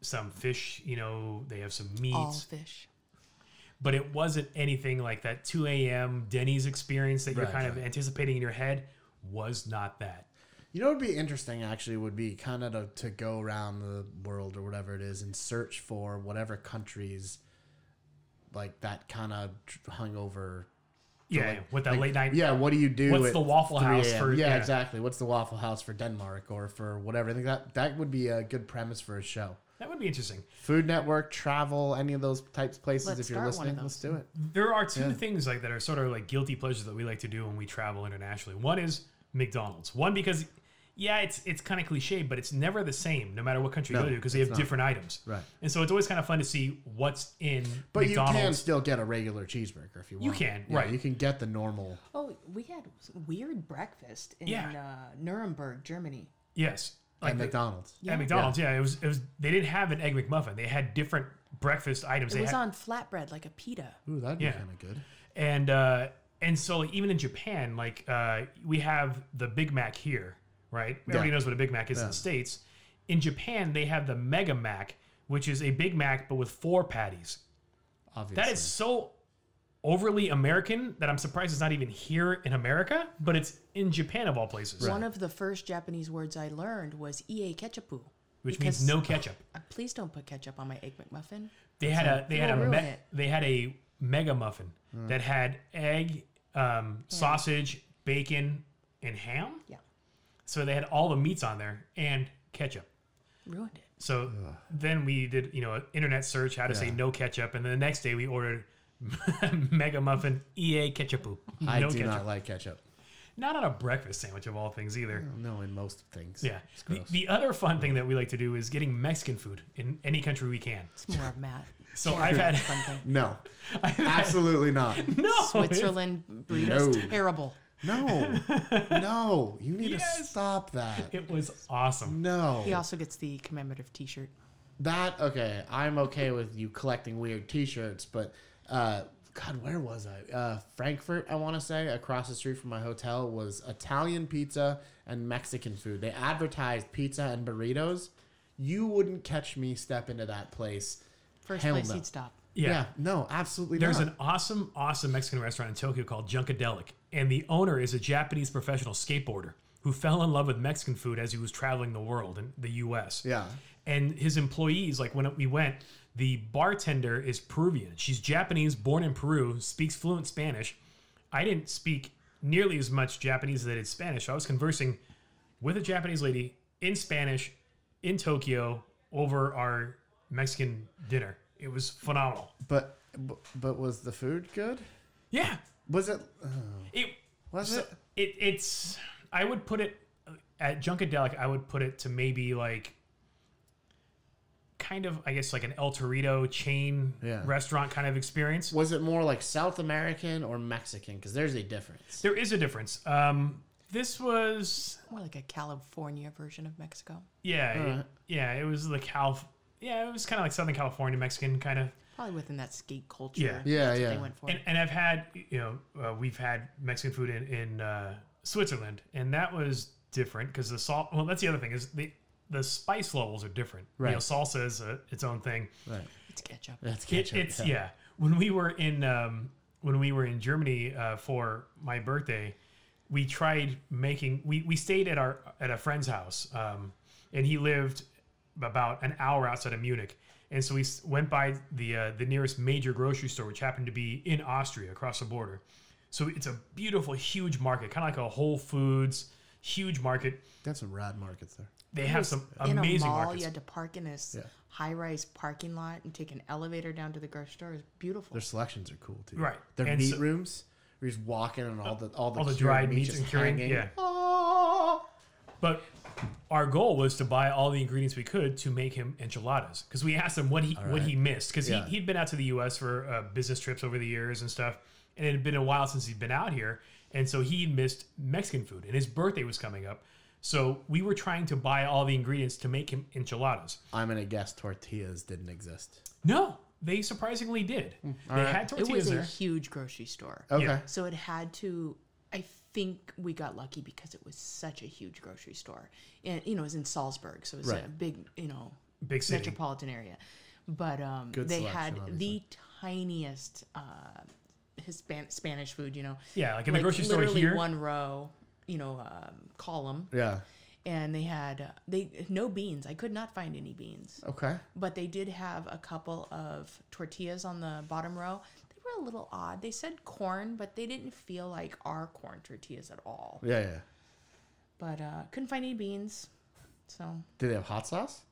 Speaker 1: some fish, you know, they have some meats.
Speaker 3: All fish.
Speaker 1: but it wasn't anything like that 2 a.m. Denny's experience that you're
Speaker 2: Right,
Speaker 1: kind of
Speaker 2: right.
Speaker 1: anticipating in your head was not that.
Speaker 2: You know what would be interesting actually would be kind of to, to go around the world or whatever it is and search for whatever countries like that kind of hungover.
Speaker 1: Yeah,
Speaker 2: like-
Speaker 1: with that
Speaker 2: like,
Speaker 1: late night.
Speaker 2: Yeah, what do you do?
Speaker 1: What's
Speaker 2: at
Speaker 1: the Waffle
Speaker 2: 3
Speaker 1: House
Speaker 2: a.m.?
Speaker 1: for-
Speaker 2: Yeah,
Speaker 1: yeah.
Speaker 2: exactly. What's the Waffle House for Denmark or for whatever? I think that that would be a good premise for a show.
Speaker 1: That would be interesting.
Speaker 2: Food Network, travel, any of those types of places.
Speaker 3: Let's
Speaker 2: if you're
Speaker 3: start one
Speaker 2: listening,
Speaker 3: of
Speaker 2: let's do it.
Speaker 1: There are two things like that are sort of like guilty pleasures that we like to do when we travel internationally. One is McDonald's. One because yeah, it's it's kind of cliche, but it's never the same no matter what country you
Speaker 2: No,
Speaker 1: go to because they have different items.
Speaker 2: Right.
Speaker 1: And so it's always kind of fun to see what's in
Speaker 2: But you can
Speaker 1: McDonald's.
Speaker 2: still get a regular cheeseburger if you want.
Speaker 1: can,
Speaker 2: Yeah,
Speaker 1: right.
Speaker 2: You can get the normal.
Speaker 3: Oh, we had s- weird breakfast in
Speaker 1: Yeah.
Speaker 3: uh, Nuremberg, Germany.
Speaker 1: yes. Like
Speaker 2: at
Speaker 1: the-
Speaker 2: McDonald's.
Speaker 3: Yeah.
Speaker 1: at McDonald's, yeah. it was it was they didn't have an egg McMuffin. They had different breakfast items.
Speaker 3: It
Speaker 1: they
Speaker 3: was
Speaker 1: had,
Speaker 3: on flatbread, like a pita.
Speaker 2: Ooh, that'd be
Speaker 1: Yeah.
Speaker 2: kind of good.
Speaker 1: and uh, and so like, even in Japan, like uh, we have the Big Mac here, right? Everybody
Speaker 2: Yeah.
Speaker 1: knows what a Big Mac is in the states. In Japan, they have the Mega Mac, which is a Big Mac but with four patties.
Speaker 2: Obviously,
Speaker 1: That is so overly American that I'm surprised it's not even here in America, but it's in Japan of all places.
Speaker 3: One of the first Japanese words I learned was "ie ketchupu,"
Speaker 1: which
Speaker 3: Because-
Speaker 1: means no ketchup.
Speaker 3: Uh, Please don't put ketchup on my egg McMuffin.
Speaker 1: They had a they had a
Speaker 3: You'll ruin
Speaker 1: me-
Speaker 3: it.
Speaker 1: they had a mega muffin
Speaker 2: Hmm.
Speaker 1: that had egg, um, sausage, bacon, and ham.
Speaker 3: Yeah,
Speaker 1: So they had all the meats on there and ketchup.
Speaker 3: ruined it.
Speaker 1: So then we did you know an internet search how to say
Speaker 2: Yeah.
Speaker 1: no ketchup, and then the next day we ordered (laughs) mega muffin ea ketchup.
Speaker 2: I
Speaker 1: no
Speaker 2: do
Speaker 1: ketchup.
Speaker 2: not like ketchup.
Speaker 1: Not on a breakfast sandwich of all things either.
Speaker 2: No, in most things.
Speaker 1: Yeah.
Speaker 2: Mm. It's
Speaker 1: The,
Speaker 2: gross.
Speaker 1: the other fun thing that we like to do is getting Mexican food in any country we can.
Speaker 3: It's more of Matt.
Speaker 1: (laughs) So I've
Speaker 3: (laughs)
Speaker 1: had
Speaker 3: Fun thing.
Speaker 2: no, absolutely not.
Speaker 1: (laughs) no
Speaker 3: Switzerland burritos.
Speaker 2: No.
Speaker 3: Terrible.
Speaker 2: No, no. You need to
Speaker 1: Yes. (laughs)
Speaker 2: stop that.
Speaker 1: It, it was awesome.
Speaker 2: No.
Speaker 3: He also gets the commemorative T-shirt.
Speaker 2: That okay? I'm okay with you collecting weird T-shirts, but uh, God, where was I? Uh, Frankfurt, I want to say, across the street from my hotel, was Italian pizza and Mexican food. They advertised pizza and burritos. You wouldn't catch me step into that place.
Speaker 3: First
Speaker 2: Hell
Speaker 3: place
Speaker 2: no.
Speaker 3: he'd stop.
Speaker 1: Yeah.
Speaker 2: no, absolutely.
Speaker 1: There's
Speaker 2: not.
Speaker 1: an awesome, awesome Mexican restaurant in Tokyo called Junkadelic, and the owner is a Japanese professional skateboarder who fell in love with Mexican food as he was traveling the world in the U.S.
Speaker 2: yeah.
Speaker 1: and his employees like when we went the bartender is peruvian she's japanese born in peru speaks fluent spanish i didn't speak nearly as much japanese as i did spanish so i was conversing with a japanese lady in spanish in tokyo over our mexican dinner it was phenomenal
Speaker 2: But bu- but was the food good?
Speaker 1: yeah
Speaker 2: Was it? uh,
Speaker 1: it
Speaker 2: Was
Speaker 1: so-
Speaker 2: it?
Speaker 1: it it's i would put it at junkadelic i would put it to maybe like kind of i guess like an el torito chain
Speaker 2: Yeah.
Speaker 1: restaurant kind of experience
Speaker 2: Was it more like South American or Mexican? Because there's a difference.
Speaker 1: there is a difference um this was
Speaker 3: More like a California version of Mexico.
Speaker 1: yeah it-
Speaker 2: Alright.
Speaker 1: yeah it was the cal yeah it was kind of like southern california mexican kind of
Speaker 3: Probably within that skate culture.
Speaker 1: Yeah.
Speaker 2: Yeah,
Speaker 3: that's What
Speaker 2: yeah.
Speaker 3: they went for.
Speaker 1: and, and i've had you know uh, we've had mexican food in in uh, switzerland and that was different because the salt well that's the other thing is the the spice levels are different you know
Speaker 2: Right.
Speaker 1: salsa is a, its own thing
Speaker 2: Right.
Speaker 3: it's ketchup.
Speaker 2: That's
Speaker 1: It,
Speaker 2: ketchup.
Speaker 1: it's yeah. When we were in um, when we were in Germany uh, for my birthday, we tried making. We, we stayed at our at a friend's house, um, and he lived about an hour outside of Munich. And so we s- went by the uh, the nearest major grocery store, which happened to be in Austria, across the border. So it's a beautiful, huge market, kind of like a Whole Foods huge market.
Speaker 2: That's some rad markets there.
Speaker 1: They have some
Speaker 3: in a
Speaker 1: amazing
Speaker 3: mall,
Speaker 1: markets.
Speaker 3: you had to park in this
Speaker 2: Yeah.
Speaker 3: high-rise parking lot and take an elevator down to the grocery store. It was beautiful.
Speaker 2: Their selections are cool too.
Speaker 1: Right.
Speaker 2: Their
Speaker 1: And
Speaker 2: meat
Speaker 1: so- Uh,
Speaker 2: rooms. Where you just walking and all the all the,
Speaker 1: All the
Speaker 2: cured
Speaker 1: dried
Speaker 2: meat
Speaker 1: meats
Speaker 2: just
Speaker 1: and curing,
Speaker 2: hanging.
Speaker 1: yeah.
Speaker 2: Oh.
Speaker 1: But our goal was to buy all the ingredients we could to make him enchiladas because we asked him what he what he missed because
Speaker 2: Yeah.
Speaker 1: he, he'd been out to the U.S. for uh, business trips over the years and stuff, and it had been a while since he'd been out here, and so he missed Mexican food, and his birthday was coming up, so we were trying to buy all the ingredients to make him enchiladas.
Speaker 2: I'm gonna guess tortillas didn't exist.
Speaker 1: No, they surprisingly did. They had
Speaker 3: it
Speaker 1: tortillas
Speaker 3: was a
Speaker 1: there. Oh.
Speaker 3: huge grocery store.
Speaker 2: Okay.
Speaker 1: Yeah.
Speaker 3: So it had to. I think we got lucky because it was such a huge grocery store, and you know, it was in Salzburg, so it was a
Speaker 2: Right.
Speaker 3: big, you know,
Speaker 1: Big city.
Speaker 3: metropolitan area. But um,
Speaker 2: Good
Speaker 3: they
Speaker 2: selection,
Speaker 3: had
Speaker 2: obviously.
Speaker 3: the tiniest uh, Hispan- Spanish food, you know.
Speaker 1: Yeah, like in the grocery store
Speaker 3: literally
Speaker 1: here.
Speaker 3: one row, you know, um, column,
Speaker 2: Yeah.
Speaker 3: and they had uh, they no beans. I could not find any beans,
Speaker 2: Okay.
Speaker 3: but they did have a couple of tortillas on the bottom row. They were a little odd. They said corn, but they didn't feel like our corn tortillas at all.
Speaker 2: Yeah, yeah.
Speaker 3: But uh, couldn't find any beans, so
Speaker 2: Do they have hot sauce?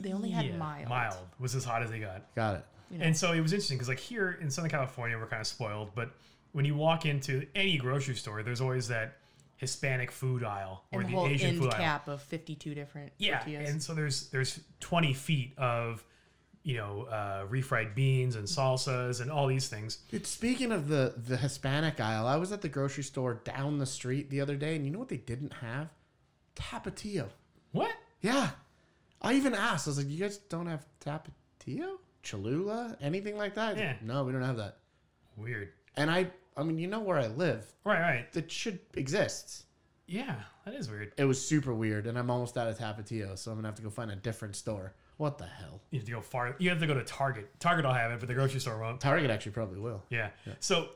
Speaker 3: they only had
Speaker 1: Yeah,
Speaker 3: mild.
Speaker 1: Mild was as hot as they got.
Speaker 2: Got it.
Speaker 1: And so it was interesting because, like, here in Southern California, we're kind of spoiled, but when you walk into any grocery store, there's always that Hispanic food aisle or
Speaker 3: and the
Speaker 1: the,
Speaker 3: whole
Speaker 1: Asian
Speaker 3: end
Speaker 1: food aisle.
Speaker 3: cap of 52 different
Speaker 1: Yeah,
Speaker 3: tortillas.
Speaker 1: and so there's there's 20 feet of you know uh, refried beans and salsas and all these things.
Speaker 2: Dude, speaking of the the Hispanic aisle, I was at the grocery store down the street the other day, and you know what they didn't have? Tapatio.
Speaker 1: What?
Speaker 2: Yeah. I even asked. I was like, "You guys don't have tapatio, Cholula, anything like that?"
Speaker 1: Yeah.
Speaker 2: No, we don't have that.
Speaker 1: Weird.
Speaker 2: And I, I mean, you know where I live.
Speaker 1: Right, right.
Speaker 2: That should exist.
Speaker 1: Yeah, that is weird.
Speaker 2: It was super weird, and I'm almost out of Tapatio, so I'm gonna have to go find a different store. What the hell?
Speaker 1: You have to go far. You have to go to Target. Target will have it, but the grocery store won't.
Speaker 2: Target actually probably will.
Speaker 1: Yeah. So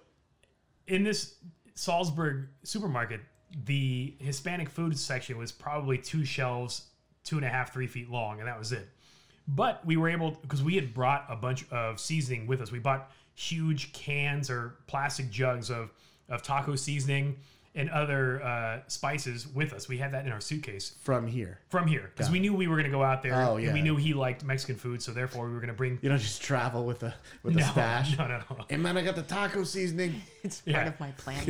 Speaker 1: in this Salzburg supermarket, the Hispanic food section was probably two shelves two and a half, three feet long, and that was it. But we were able because we had brought a bunch of seasoning with us. We bought huge cans or plastic jugs of of taco seasoning and other uh, spices with us. We had that in our suitcase
Speaker 2: from here.
Speaker 1: from here because we knew we were going to go out there.
Speaker 2: Oh,
Speaker 1: and
Speaker 2: yeah.
Speaker 1: we knew he liked Mexican food, so therefore we were going to bring
Speaker 2: You don't just travel with a with a
Speaker 1: (laughs) no,
Speaker 2: stash.
Speaker 1: no, no, no.
Speaker 2: Hey man, I got the taco seasoning.
Speaker 3: It's
Speaker 1: Yeah.
Speaker 3: part of my plan.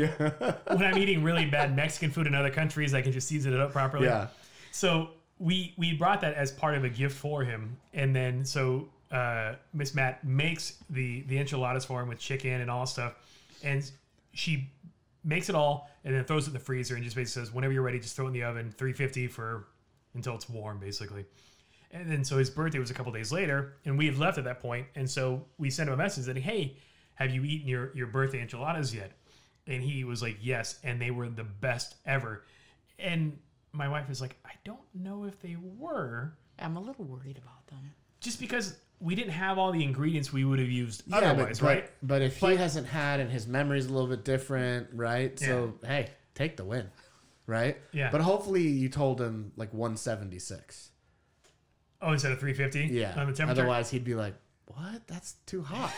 Speaker 1: when I'm eating really bad Mexican food in other countries, I can just season it up properly.
Speaker 2: Yeah.
Speaker 1: So we we brought that as part of a gift for him, and then so uh, Miss Matt makes the the enchiladas for him with chicken and all that stuff, and she makes it all and then throws it in the freezer and just basically says, whenever you're ready, just throw it in the oven, 350 for until it's warm, basically. And then so his birthday was a couple days later, and we had left at that point, and so we sent him a message that, hey, have you eaten your your birthday enchiladas yet? And he was like, yes, and they were the best ever. And my wife is like, I don't know if they were,
Speaker 3: I'm a little worried about them.
Speaker 1: just because we didn't have all the ingredients we would have used
Speaker 2: Yeah, but-
Speaker 1: otherwise,
Speaker 2: but,
Speaker 1: right?
Speaker 2: But if he hasn't had and his memory's a little bit different, right? So hey, take the win, right?
Speaker 1: Yeah.
Speaker 2: But hopefully you told him like 176.
Speaker 1: Oh, instead of 350
Speaker 2: Yeah.
Speaker 1: on the temperature,
Speaker 2: Otherwise he'd be like, "What? That's
Speaker 1: (laughs)
Speaker 2: too hot."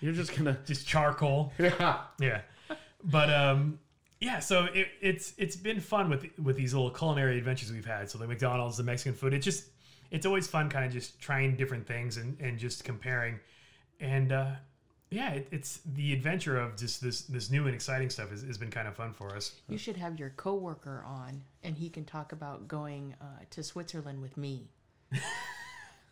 Speaker 2: You're just gonna. (laughs)
Speaker 1: just charcoal.
Speaker 2: Yeah.
Speaker 1: (laughs) Yeah, but um, yeah. So it, it's it's been fun with with these little culinary adventures we've had. So the McDonald's, the Mexican food. It's just it's always fun, kind of just trying different things and and just comparing, and uh, yeah, it, it's the adventure of just this this new and exciting stuff has, has been kind of fun for us.
Speaker 3: You should have your coworker on, and he can talk about going uh, to Switzerland with me.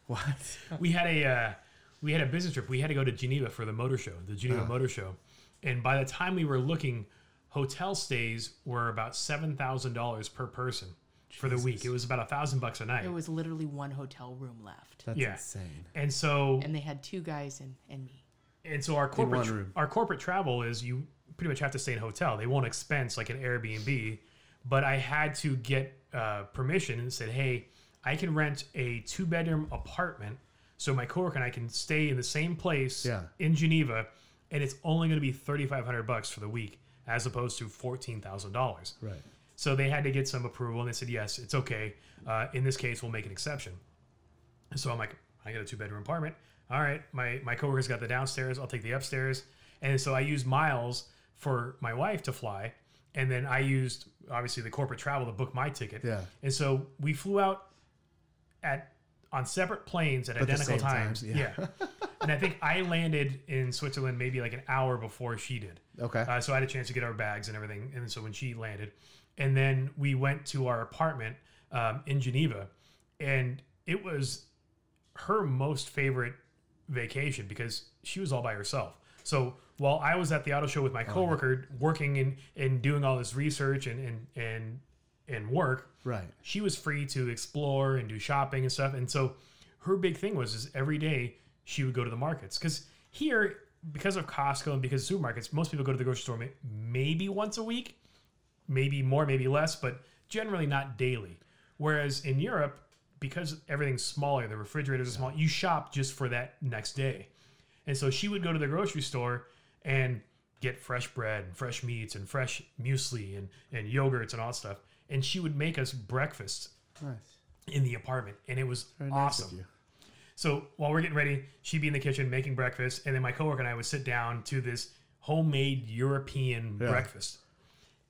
Speaker 2: What?
Speaker 1: we had a uh, we had a business trip. We had to go to Geneva for the motor show, the Geneva Motor Show, and by the time we were looking, hotel stays were about seven thousand dollars per person for the week. It was about a thousand bucks a night.
Speaker 3: There was literally one hotel room left,
Speaker 2: That's
Speaker 1: Yeah.
Speaker 2: insane.
Speaker 1: and so
Speaker 3: and they had two guys and, and me.
Speaker 1: and so our corporate
Speaker 2: one room.
Speaker 1: our corporate travel is you pretty much have to stay in a hotel. They won't expense like an Airbnb, but I had to get uh, permission and said, "Hey, I can rent a two bedroom apartment, so my coworker and I can stay in the same place
Speaker 2: Yeah.
Speaker 1: in Geneva, and it's only going to be thirty five hundred bucks for the week, as opposed to fourteen thousand dollars."
Speaker 2: Right.
Speaker 1: So they had to get some approval, and they said, "Yes, it's okay. Uh, in this case, we'll make an exception." So I'm like, "I got a two bedroom apartment. All right, my my coworker's got the downstairs. I'll take the upstairs." And so I used miles for my wife to fly, and then I used obviously the corporate travel to book my ticket.
Speaker 2: Yeah.
Speaker 1: And so we flew out at on separate planes at
Speaker 2: the
Speaker 1: identical
Speaker 2: same time,
Speaker 1: times.
Speaker 2: yeah.
Speaker 1: yeah. and I think I landed in Switzerland maybe like an hour before she
Speaker 2: (laughs)
Speaker 1: did.
Speaker 2: Okay.
Speaker 1: Uh, so I had a chance to get our bags and everything. And so when she landed, and then we went to our apartment um, in Geneva, and it was her most favorite vacation because she was all by herself. So while I was at the auto show with my coworker, working and, and doing all this research and and and, and work,
Speaker 2: right.
Speaker 1: she was free to explore and do shopping and stuff. And so her big thing was is every day she would go to the markets because here, because of Costco and because of supermarkets, most people go to the grocery store may- maybe once a week, maybe more, maybe less, but generally not daily. Whereas in Europe, because everything's smaller, the refrigerators are small, you shop just for that next day. And so she would go to the grocery store and get fresh bread and fresh meats and fresh muesli and, and yogurts and all that stuff. And she would make us breakfast
Speaker 2: Nice.
Speaker 1: in the apartment. And it was
Speaker 2: Very nice of
Speaker 1: awesome.
Speaker 2: you.
Speaker 1: So while we're getting ready, she'd be in the kitchen making breakfast, and then my coworker and I would sit down to this homemade European breakfast,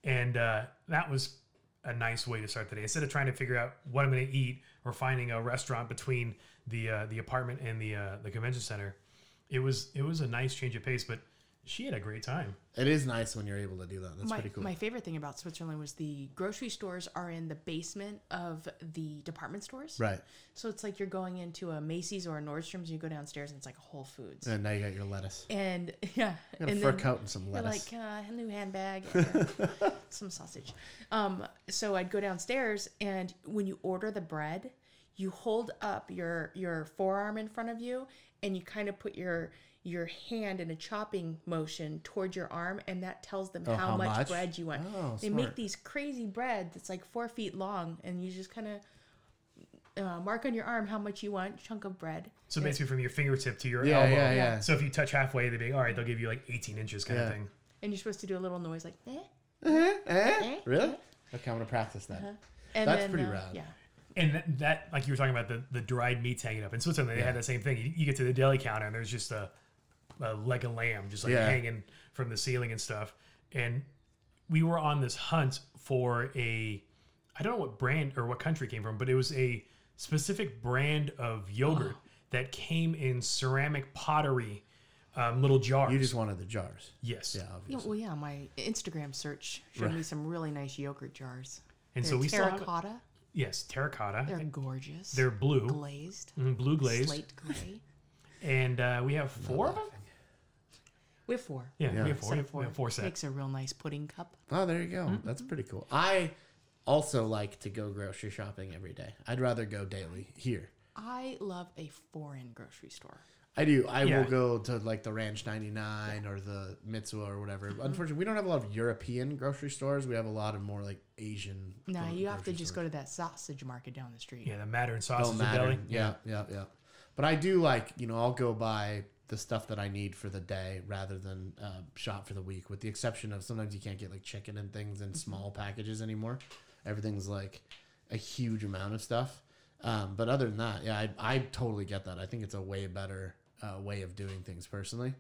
Speaker 1: and uh, that was a nice way to start the day. Instead of trying to figure out what I'm going to eat or finding a restaurant between the uh, the apartment and the uh, the convention center, it was it was a nice change of pace. But she had a great time.
Speaker 2: It is nice when you're able to do that. That's
Speaker 3: my,
Speaker 2: pretty cool.
Speaker 3: my favorite thing about Switzerland was the grocery stores are in the basement of the department stores.
Speaker 2: right.
Speaker 3: So it's like you're going into a Macy's or a Nordstrom's, you go downstairs and it's like a Whole Foods.
Speaker 2: And now you got your lettuce.
Speaker 3: And (laughs) yeah,
Speaker 2: You got a
Speaker 3: and
Speaker 2: fur
Speaker 3: then-
Speaker 2: coat and some
Speaker 3: You're
Speaker 2: lettuce.
Speaker 3: like uh, a new handbag, and,
Speaker 2: (laughs)
Speaker 3: uh, some sausage. Um, so I'd go downstairs, and when you order the bread, you hold up your your forearm in front of you, and you kind of put your your hand in a chopping motion toward your arm, and that tells them how,
Speaker 2: Oh, how
Speaker 3: much,
Speaker 2: much?
Speaker 3: bread you want.
Speaker 2: Oh,
Speaker 3: they
Speaker 2: smart.
Speaker 3: make these crazy bread that's like four feet long, and you just kind of uh, mark on your arm how much you want chunk of bread.
Speaker 1: So basically, from your fingertip to your
Speaker 2: yeah,
Speaker 1: elbow.
Speaker 2: yeah, yeah.
Speaker 1: So if you touch halfway, they'd be all right. They'll give you like 18 inches kind
Speaker 2: Yeah.
Speaker 1: of thing.
Speaker 3: And you're supposed to do a little noise like, eh?
Speaker 2: Eh?
Speaker 3: Eh?
Speaker 2: Really? Okay, I'm gonna practice that.
Speaker 3: And
Speaker 2: That's
Speaker 3: then,
Speaker 2: pretty
Speaker 3: uh,
Speaker 2: rad.
Speaker 3: Yeah.
Speaker 1: and th- that, like you were talking about, the, the dried meats hanging up in Switzerland, they had that same thing. You, you get to the deli counter, and there's just a, a leg of lamb just like
Speaker 2: Yeah.
Speaker 1: hanging from the ceiling and stuff. And we were on this hunt for a, I don't know what brand or what country it came from, but it was a specific brand of yogurt that came in ceramic pottery um, little jars.
Speaker 2: You just wanted the jars.
Speaker 1: yes,
Speaker 2: Yeah,
Speaker 3: Yeah,
Speaker 2: obviously.
Speaker 3: well, yeah, my Instagram search showed me some really nice yogurt jars.
Speaker 1: and
Speaker 3: They're
Speaker 1: so we
Speaker 3: terracotta.
Speaker 1: still have yes terracotta.
Speaker 3: They're
Speaker 1: They're,
Speaker 3: gorgeous.
Speaker 1: blue,
Speaker 3: glazed,
Speaker 1: mm, blue glazed,
Speaker 3: slate gray.
Speaker 1: and uh, we have four of them.
Speaker 3: We have four.
Speaker 1: Yeah,
Speaker 2: Yeah.
Speaker 1: we have four.
Speaker 3: Set
Speaker 1: We
Speaker 3: of
Speaker 1: have, we have four sets.
Speaker 3: Makes a real nice pudding cup.
Speaker 2: Oh, there you go. That's pretty cool. I also like to go grocery shopping every day. I'd rather go daily here.
Speaker 3: I love a foreign grocery store.
Speaker 2: I do. I
Speaker 1: Yeah.
Speaker 2: will go to like the Ranch 99 or the Mitsuo or whatever.
Speaker 3: Mm-hmm.
Speaker 2: Unfortunately, we don't have a lot of European grocery stores. We have a lot of more like Asian.
Speaker 3: No,
Speaker 2: gro-
Speaker 3: you have to
Speaker 2: grocery
Speaker 3: just
Speaker 2: stores.
Speaker 3: go to that sausage market down the street.
Speaker 1: Yeah, the matter and
Speaker 2: Don't
Speaker 1: sausage
Speaker 2: matter.
Speaker 1: deli.
Speaker 2: Yeah, yeah, yeah. But I do like, you know, I'll go buy the stuff that I need for the day rather than uh, shop for the week, with the exception of sometimes you can't get like chicken and things in small packages anymore. Everything's like a huge amount of stuff. Um, but other than that, yeah, I, I totally get that. I think it's a way better uh, way of doing things personally,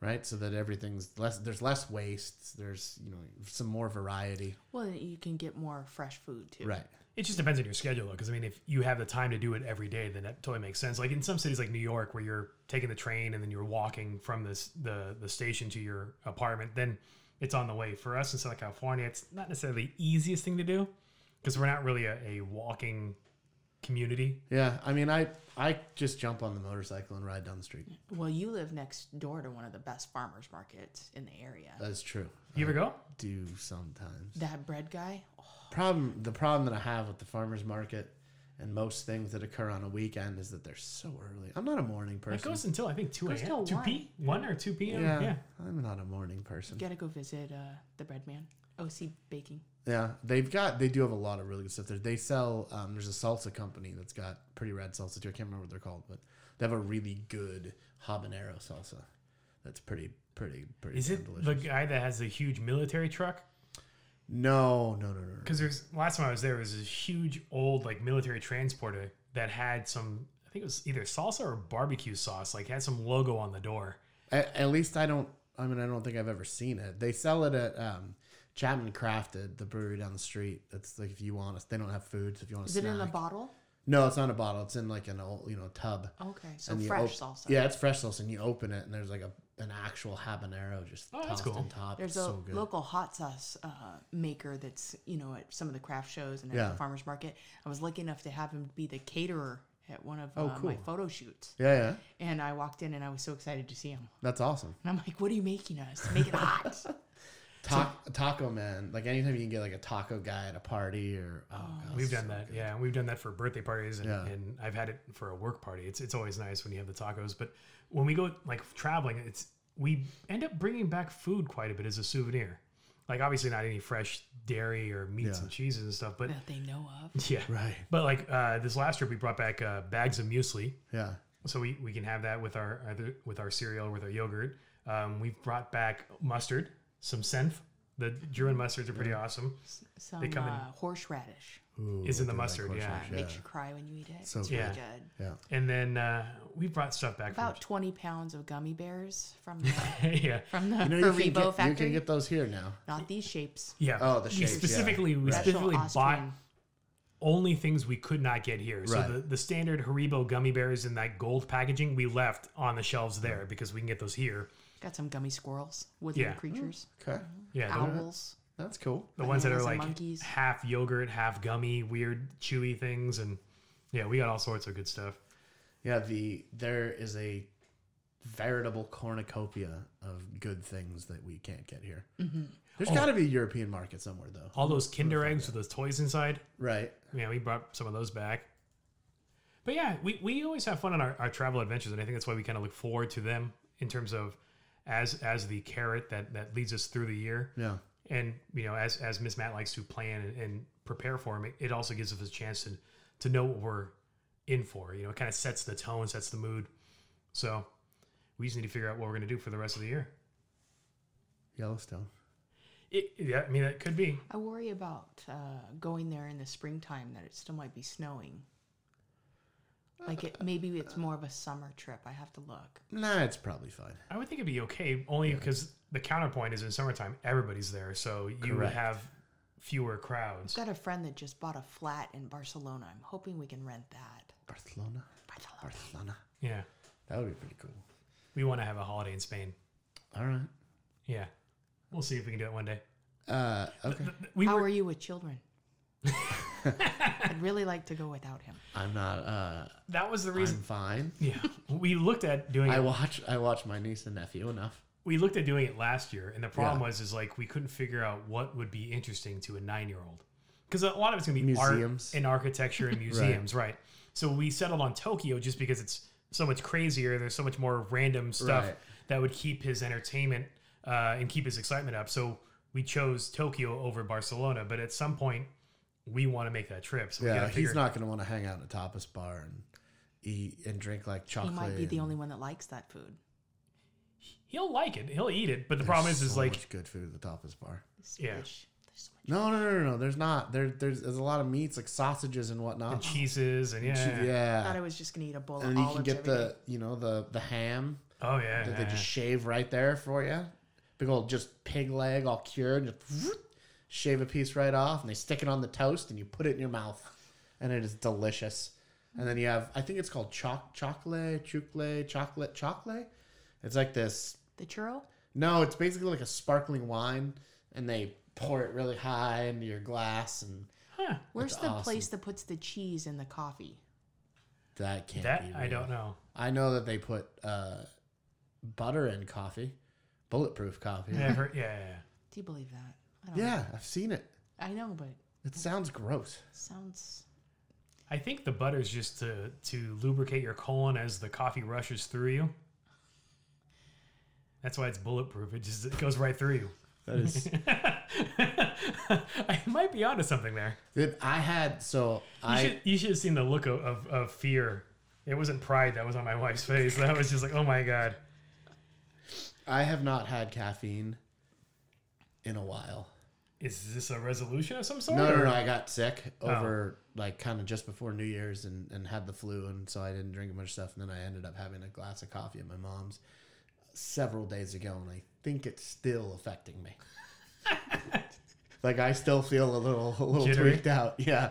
Speaker 2: right? So that everything's less, there's less waste, there's, you know, some more variety.
Speaker 3: Well, then you can get more fresh food too.
Speaker 2: Right.
Speaker 1: It just depends on your schedule, though, because I mean, if you have the time to do it every day, then that totally makes sense. Like in some cities, like New York, where you're taking the train and then you're walking from this the the station to your apartment, then it's on the way. For us in Southern California, it's not necessarily the easiest thing to do because we're not really a, a walking community.
Speaker 2: Yeah. I mean, I, I just jump on the motorcycle and ride down the street.
Speaker 3: Well, you live next door to one of the best farmers markets in the area.
Speaker 2: That's true.
Speaker 1: You ever go?
Speaker 2: do sometimes.
Speaker 3: that bread guy, oh,
Speaker 2: Problem the problem that I have with the farmers market and most things that occur on a weekend is that they're so early. I'm not a morning
Speaker 1: It
Speaker 2: person.
Speaker 1: goes until I think two
Speaker 3: Goes
Speaker 1: a.m.
Speaker 3: till
Speaker 1: Two p. One or two p.m.
Speaker 2: yeah,
Speaker 1: yeah.
Speaker 2: I'm not a morning
Speaker 3: you
Speaker 2: person.
Speaker 3: gotta go visit uh, the bread man. OC Baking.
Speaker 2: Yeah, they've got they do have a lot of really good stuff. There. They sell um, there's a salsa company that's got pretty rad salsa too. I can't remember what they're called, but they have a really good habanero salsa. That's pretty pretty pretty
Speaker 1: Is
Speaker 2: damn
Speaker 1: it
Speaker 2: delicious.
Speaker 1: the guy that has the huge military truck?
Speaker 2: no, no, no, no, no.
Speaker 1: Because there's last time I was there was this huge old like military transporter that had some I think it was either salsa or barbecue sauce like had some logo on the door.
Speaker 2: At, at least I don't. I mean, I don't think I've ever seen it. They sell it at um, Chapman Crafted, the brewery down the street. That's like if you want us, they don't have food. So if you want to,
Speaker 3: Is it in a bottle?
Speaker 2: No, it's not a bottle. It's in like an old, you know, tub.
Speaker 3: Okay, so
Speaker 2: And you
Speaker 3: fresh
Speaker 2: op-
Speaker 3: salsa.
Speaker 2: Yeah, it's fresh salsa, and you open it, and there's like a an actual habanero just
Speaker 1: Oh, that's
Speaker 2: tossed
Speaker 1: cool.
Speaker 2: on top.
Speaker 3: There's
Speaker 2: it's
Speaker 3: a
Speaker 2: so good.
Speaker 3: local hot sauce uh, maker that's you know at some of the craft shows and at
Speaker 2: Yeah.
Speaker 3: the farmers market. I was lucky enough to have him be the caterer at one of
Speaker 2: Oh,
Speaker 3: uh, my
Speaker 2: cool.
Speaker 3: photo shoots,
Speaker 2: yeah, yeah,
Speaker 3: and I walked in and I was so excited to see him.
Speaker 2: that's awesome.
Speaker 3: And I'm like, "What are you making us? Make
Speaker 2: (laughs)
Speaker 3: it hot!"
Speaker 2: Ta- taco man, like anytime you can get like a taco guy at a party or oh, God,
Speaker 1: We've
Speaker 2: so
Speaker 1: done that,
Speaker 2: good.
Speaker 1: yeah. We've done that for birthday parties, and,
Speaker 2: Yeah.
Speaker 1: and I've had it for a work party. It's it's always nice when you have the tacos. But when we go like traveling, it's we end up bringing back food quite a bit as a souvenir. Like obviously not any fresh dairy or meats
Speaker 2: Yeah.
Speaker 1: and cheeses and stuff, but
Speaker 3: that they know
Speaker 1: (laughs)
Speaker 3: of.
Speaker 1: yeah.
Speaker 2: Right.
Speaker 1: But like uh, this last trip, we brought back uh, bags of muesli.
Speaker 2: Yeah.
Speaker 1: so we, we can have that with our either with our cereal with our yogurt um, we've brought back mustard some senf the german mustards are pretty awesome
Speaker 3: Some
Speaker 1: come in-
Speaker 3: uh, horseradish
Speaker 2: Ooh,
Speaker 1: Is in
Speaker 2: I
Speaker 1: the
Speaker 2: do like
Speaker 1: mustard, yeah.
Speaker 2: horseradish,
Speaker 3: makes you cry when you eat it.
Speaker 2: So
Speaker 3: it's really
Speaker 1: good.
Speaker 3: good.
Speaker 2: yeah.
Speaker 3: (laughs)
Speaker 1: and then uh, we brought stuff back
Speaker 3: About 20 pounds of gummy bears
Speaker 2: (laughs)
Speaker 3: from the
Speaker 1: from (laughs) yeah
Speaker 3: from the
Speaker 2: You know, you can,
Speaker 3: Haribo
Speaker 2: get, you
Speaker 3: factory.
Speaker 2: can get those here now.
Speaker 3: Not these shapes.
Speaker 1: yeah
Speaker 2: Oh, the
Speaker 1: we
Speaker 2: shapes, yeah.
Speaker 1: specifically we
Speaker 3: Special
Speaker 1: specifically bought
Speaker 3: Austrian.
Speaker 1: only things we could not get here so
Speaker 2: Right.
Speaker 1: the, the standard haribo gummy bears in that gold packaging we left on the shelves there because we can get those here
Speaker 3: Got some gummy squirrels, woodland
Speaker 1: Yeah.
Speaker 3: creatures,
Speaker 2: Okay,
Speaker 1: yeah the-
Speaker 3: owls.
Speaker 2: that's cool.
Speaker 1: the ones that are
Speaker 3: Bananas
Speaker 1: like
Speaker 3: and monkeys.
Speaker 1: half yogurt half gummy weird chewy things and yeah we got all sorts of good stuff
Speaker 2: Yeah, the there is a veritable cornucopia of good things that we can't get here. Mm-hmm. There's
Speaker 3: Oh.
Speaker 2: got to be a European market somewhere, though,
Speaker 1: all those Kinder eggs with those toys inside.
Speaker 2: right?
Speaker 1: Yeah, we brought some of those back. But yeah, we, we always have fun on our, our travel adventures, and I think that's why we kind of look forward to them in terms of as as the carrot that that leads us through the year.
Speaker 2: Yeah,
Speaker 1: And you know, as as Miss Matt likes to plan and, and prepare for them, it, it also gives us a chance to to know what we're in for. You know, it kind of sets the tone, sets the mood. So we just need to figure out what we're going to do for the rest of the year.
Speaker 2: Yellowstone.
Speaker 1: It, yeah, I mean that could be.
Speaker 3: I worry about uh, going there in the springtime that it still might be snowing. Like it, maybe it's more of a summer trip. I have to look.
Speaker 2: Nah, it's probably fine.
Speaker 1: I would think it'd be okay, only because the counterpoint is in summertime, everybody's there, so you would
Speaker 2: Correct.
Speaker 1: have fewer crowds.
Speaker 3: Got a friend that just bought a flat in Barcelona. I'm hoping we can rent that.
Speaker 2: Barcelona,
Speaker 3: Barcelona.
Speaker 2: Barcelona.
Speaker 1: Yeah,
Speaker 2: That would be pretty cool.
Speaker 1: we want to have a holiday in Spain.
Speaker 2: All right.
Speaker 1: Yeah, we'll see if we can do it one day.
Speaker 2: Uh, okay.
Speaker 1: We
Speaker 3: How
Speaker 1: were,
Speaker 3: are you
Speaker 1: (laughs)
Speaker 3: with children? I'd really like to go without him.
Speaker 2: I'm not. Uh,
Speaker 1: that was the
Speaker 2: I'm
Speaker 1: reason.
Speaker 2: fine.
Speaker 1: yeah, we looked at doing.
Speaker 2: I
Speaker 1: it
Speaker 2: watch. I watch my niece and nephew enough.
Speaker 1: we looked at doing it last year, and the problem
Speaker 2: Yeah.
Speaker 1: was is like we couldn't figure out what would be interesting to a nine year old because a lot of it's going to be
Speaker 2: Museums.
Speaker 1: art and architecture
Speaker 2: (laughs)
Speaker 1: and museums, right. So we settled on Tokyo just because it's so much crazier. There's so much more random stuff
Speaker 2: Right.
Speaker 1: that would keep his entertainment uh, and keep his excitement up. So we chose Tokyo over Barcelona, but at some point we want to make that trip. So we
Speaker 2: Yeah,
Speaker 1: gotta figure,
Speaker 2: he's not going to want to hang out in a tapas bar and eat and drink like
Speaker 3: He
Speaker 2: chocolate.
Speaker 3: might be the
Speaker 2: and
Speaker 3: only one that likes that food.
Speaker 1: He'll like it. He'll eat it. But the problem is,
Speaker 2: there's
Speaker 1: is
Speaker 2: so
Speaker 1: like
Speaker 2: much good food at the tapas bar.
Speaker 1: Yeah.
Speaker 3: Squish. There's so much.
Speaker 2: No, no, no, no, no. There's not. There, there's, there's a lot of meats like sausages and whatnot.
Speaker 1: cheeses and yeah,
Speaker 2: yeah.
Speaker 1: yeah.
Speaker 3: I thought I was just gonna eat a bowl
Speaker 2: And
Speaker 3: of
Speaker 2: you
Speaker 3: olives
Speaker 2: can get
Speaker 3: every day.
Speaker 2: the, you know, the the ham
Speaker 1: Oh yeah,
Speaker 2: that
Speaker 1: yeah,
Speaker 2: they just shave right there for you. Big old just pig leg all cured. And just whoop, shave a piece right off, and they stick it on the toast, and you put it in your mouth, and it is delicious. And then you have, I think it's called choc chocolate, chocolate, chocolate, chocolate. It's like this.
Speaker 3: the churro.
Speaker 2: No, it's basically like a sparkling wine, and they pour it really high into your glass, and
Speaker 1: yeah. Huh.
Speaker 3: Where's
Speaker 2: That's
Speaker 3: the place that puts the cheese in the coffee?
Speaker 2: that can't
Speaker 1: That
Speaker 2: be.
Speaker 1: I
Speaker 2: real.
Speaker 1: don't know.
Speaker 2: I know that they put uh, butter in coffee, bulletproof coffee.
Speaker 1: Yeah, I've heard, yeah, yeah, yeah.
Speaker 3: Do you believe that? I don't
Speaker 2: yeah, I've seen it.
Speaker 3: Know. I know, but it
Speaker 2: It sounds gross.
Speaker 3: sounds.
Speaker 1: I think the butter's just to to lubricate your colon as the coffee rushes through you. That's why it's bulletproof. It just it goes right through you. (laughs)
Speaker 2: That is.
Speaker 1: I might be onto something there.
Speaker 2: Dude, I had so
Speaker 1: You,
Speaker 2: I
Speaker 1: should, you should have seen the look of, of, of fear. It wasn't pride that was on my wife's face. That was just like, oh my god.
Speaker 2: I have not had caffeine in a while.
Speaker 1: Is this a resolution of some sort?
Speaker 2: No, no,
Speaker 1: or- Oh.
Speaker 2: no. I got sick over like kind of just before New Year's and, and had the flu, and so I didn't drink much stuff. And then I ended up having a glass of coffee at my mom's several days ago, and I think it's still
Speaker 1: (laughs)
Speaker 2: affecting me. like I still feel a little a little
Speaker 1: Jittery?
Speaker 2: tweaked out. Yeah,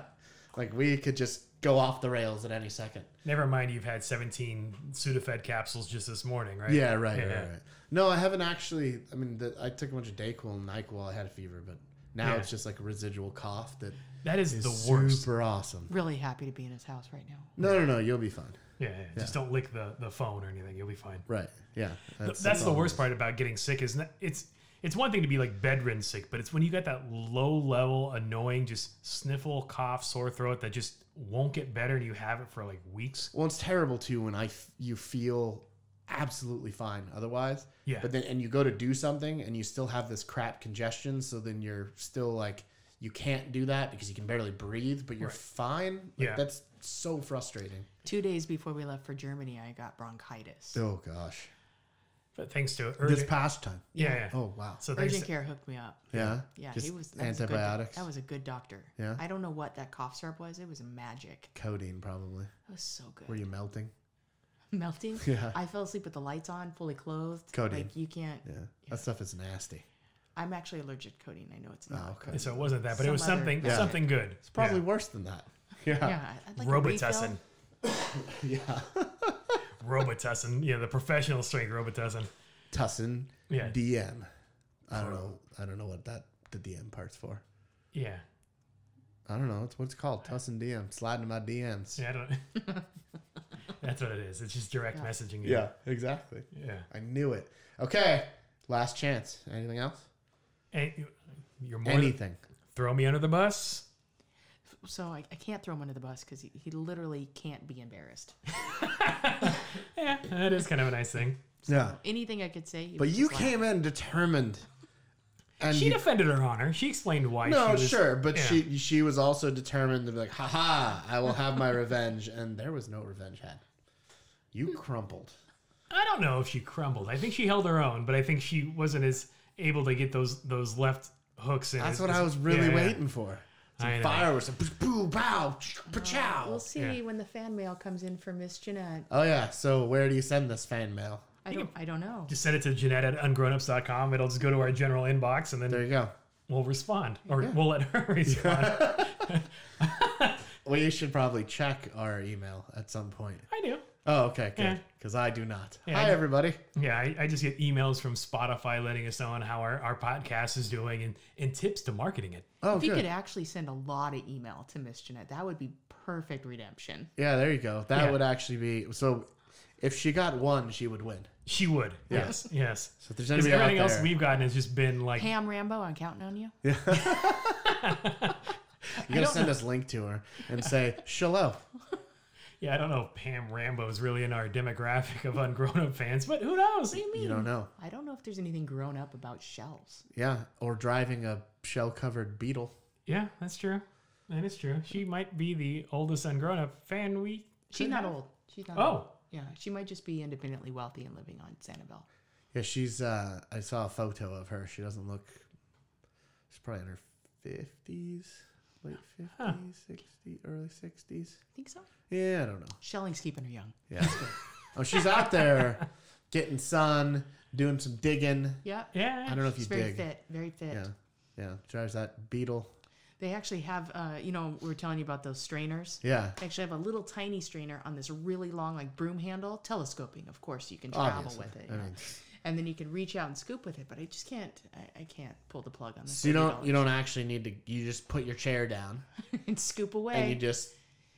Speaker 2: like we could just go off the rails at any second.
Speaker 1: Never mind. You've had 17 Sudafed capsules just this morning, right?
Speaker 2: Yeah, right,
Speaker 1: Yeah.
Speaker 2: right, right. No, I haven't actually. I mean, the, I took a bunch of Dayquil and Nyquil. I had a fever, but now
Speaker 1: Yeah.
Speaker 2: it's just like a residual cough that
Speaker 1: That is,
Speaker 2: is
Speaker 1: the worst.
Speaker 2: super awesome.
Speaker 3: Really happy to be in his house right now.
Speaker 2: No, no, no. You'll be fine.
Speaker 1: Yeah, yeah, Just don't lick the, the phone or anything. You'll be fine.
Speaker 2: Right. Yeah.
Speaker 1: Th- that's, the worst part about getting sick is n- it's it's one thing to be like bedridden sick, but it's when you got that low level annoying just sniffle, cough, sore throat that just won't get better and you have it for like weeks.
Speaker 2: Well, it's terrible too when I f- you feel absolutely fine otherwise.
Speaker 1: Yeah.
Speaker 2: But then and you go to do something and you still have this crap congestion, so then you're still like you can't do that because you can barely breathe, but you're fine. Like,
Speaker 1: Yeah.
Speaker 2: That's so frustrating.
Speaker 3: Two days before we left for Germany, I got bronchitis.
Speaker 2: Oh gosh.
Speaker 1: But thanks to
Speaker 2: This
Speaker 1: urgent,
Speaker 2: past time.
Speaker 1: yeah, yeah.
Speaker 2: Oh wow.
Speaker 1: So thanks
Speaker 3: Urgent
Speaker 1: to,
Speaker 3: care hooked me up.
Speaker 2: Yeah.
Speaker 3: Yeah,
Speaker 2: Just
Speaker 3: he was that was a good doc-
Speaker 2: antibiotics.
Speaker 3: that was a good doctor.
Speaker 2: Yeah.
Speaker 3: I don't know what that cough syrup was. It was magic.
Speaker 2: codeine probably.
Speaker 3: It was so good.
Speaker 2: Were you melting?
Speaker 3: Melting.
Speaker 2: (laughs) Yeah.
Speaker 3: I fell asleep with the lights on, fully clothed.
Speaker 2: Codeine.
Speaker 3: Like you can't.
Speaker 2: Yeah. That stuff is nasty.
Speaker 3: I'm actually allergic to codeine. I know it's not.
Speaker 2: Oh, okay. It's
Speaker 1: so it wasn't that, but it
Speaker 3: Some
Speaker 1: was something
Speaker 3: other- Yeah.
Speaker 1: something good. It's
Speaker 2: probably worse than that.
Speaker 3: Yeah.
Speaker 2: Yeah. (laughs)
Speaker 3: I'd like a
Speaker 1: Robitussin.
Speaker 3: refill.
Speaker 2: Yeah.
Speaker 1: Robitussin. Yeah, the professional strength Robitussin.
Speaker 2: Tussin
Speaker 1: Yeah.
Speaker 2: DM. I don't know. I don't know what that the DM part's for.
Speaker 1: Yeah.
Speaker 2: I don't know. It's what it's called. Tussin DM. Slide into my DMs.
Speaker 1: Yeah, I don't (laughs) That's what it is. It's just direct messaging. you.
Speaker 2: exactly.
Speaker 1: Yeah.
Speaker 2: I knew it. Okay. Last chance. Anything else?
Speaker 1: And you- you're more than-
Speaker 2: Anything.
Speaker 1: throw me under the bus.
Speaker 3: So I, I can't throw him under the bus because he, he literally can't be embarrassed.
Speaker 1: Yeah, that is kind of a nice thing.
Speaker 2: Yeah.
Speaker 3: Anything I could say. he
Speaker 2: But
Speaker 3: was
Speaker 2: you
Speaker 3: just like,
Speaker 2: came in determined. And
Speaker 1: She
Speaker 2: you-
Speaker 1: defended her honor. She explained why.
Speaker 2: no,
Speaker 1: she was,
Speaker 2: sure, but
Speaker 1: yeah.
Speaker 2: she she was also determined to be like, haha, I will have my (laughs) revenge, and there was no revenge had. You crumpled.
Speaker 1: I don't know if she crumbled. I think she held her own, but I think she wasn't as able to get those those left hooks in.
Speaker 2: That's
Speaker 1: it.
Speaker 2: what I was really
Speaker 1: Yeah, yeah.
Speaker 2: waiting for.
Speaker 1: I
Speaker 2: Some
Speaker 1: know.
Speaker 2: fireworks, some boo, bow, pachow.
Speaker 3: We'll see
Speaker 1: Yeah.
Speaker 3: when the fan mail comes in for Miss Jeanette.
Speaker 2: Oh yeah. So where do you send this fan mail?
Speaker 3: I don't. I don't know.
Speaker 1: Just send it to Jeanette at ungrownups.com. It'll just go to our general inbox and then
Speaker 2: There you go.
Speaker 1: we'll respond or we'll let her (laughs) respond.
Speaker 2: We should probably check our email at some point.
Speaker 1: I do.
Speaker 2: Oh, okay,
Speaker 1: Yeah.
Speaker 2: good. Because I do not.
Speaker 1: Yeah, I
Speaker 2: Hi,
Speaker 1: do.
Speaker 2: everybody.
Speaker 1: Yeah, I, I just get emails from Spotify letting us know on how our, our podcast is doing and, and tips to marketing it.
Speaker 2: Oh,
Speaker 3: if you could
Speaker 2: good.
Speaker 3: actually send a lot of email to Miss Jeanette, that would be perfect redemption.
Speaker 2: Yeah, there you go. That
Speaker 1: Yeah.
Speaker 2: would actually be so. If she got one, she would win.
Speaker 1: She would.
Speaker 2: Yeah.
Speaker 1: Yes. Yes.
Speaker 2: So if there's
Speaker 1: Because
Speaker 2: anybody
Speaker 1: everything
Speaker 2: out
Speaker 1: else
Speaker 2: there,
Speaker 1: we've gotten has just been like,
Speaker 3: Pam Rambo, I'm counting on you.
Speaker 2: you gotta send this link to her and say shalom.
Speaker 1: yeah, I don't know if Pam Rambo is really in our demographic of ungrown up fans, but who knows?
Speaker 3: I mean,
Speaker 2: You don't know.
Speaker 3: I don't know if there's anything grown up about shells.
Speaker 2: Yeah, or driving a shell-covered beetle.
Speaker 1: Yeah, that's true. That is true. She might be the oldest ungrown up fan we.
Speaker 3: She's
Speaker 1: could
Speaker 3: not
Speaker 1: have.
Speaker 3: old. She's
Speaker 2: Uh,
Speaker 3: not. old.
Speaker 1: Oh,
Speaker 3: yeah. She might just be independently wealthy and living on Sanibel.
Speaker 2: Yeah, she's. uh I saw a photo of her. She doesn't look. She's probably in her fifties, late
Speaker 1: Huh.
Speaker 2: fifties, sixty, early sixties.
Speaker 3: Think so?
Speaker 2: Yeah, I don't know.
Speaker 3: Shelling's keeping her young.
Speaker 2: Yeah. oh, she's out
Speaker 3: (laughs)
Speaker 2: there getting sun, doing some digging.
Speaker 3: Yeah.
Speaker 1: yeah.
Speaker 2: I don't know if you
Speaker 3: She's very
Speaker 2: dig.
Speaker 3: fit. Very fit.
Speaker 2: Yeah, yeah. Drives that beetle.
Speaker 3: They actually have, uh, you know, we were telling you about those strainers.
Speaker 2: Yeah.
Speaker 3: They actually have a little tiny strainer on this really long, like broom handle, telescoping. Of course, you can travel
Speaker 2: Obviously.
Speaker 3: with it,
Speaker 2: I
Speaker 3: yeah.
Speaker 2: mean,
Speaker 3: and then you can reach out and scoop with it. But I just can't. I, I can't pull the plug on this.
Speaker 2: so you don't
Speaker 3: $80
Speaker 2: you don't actually need to. You just put your chair down
Speaker 3: (laughs) and scoop away.
Speaker 2: and you just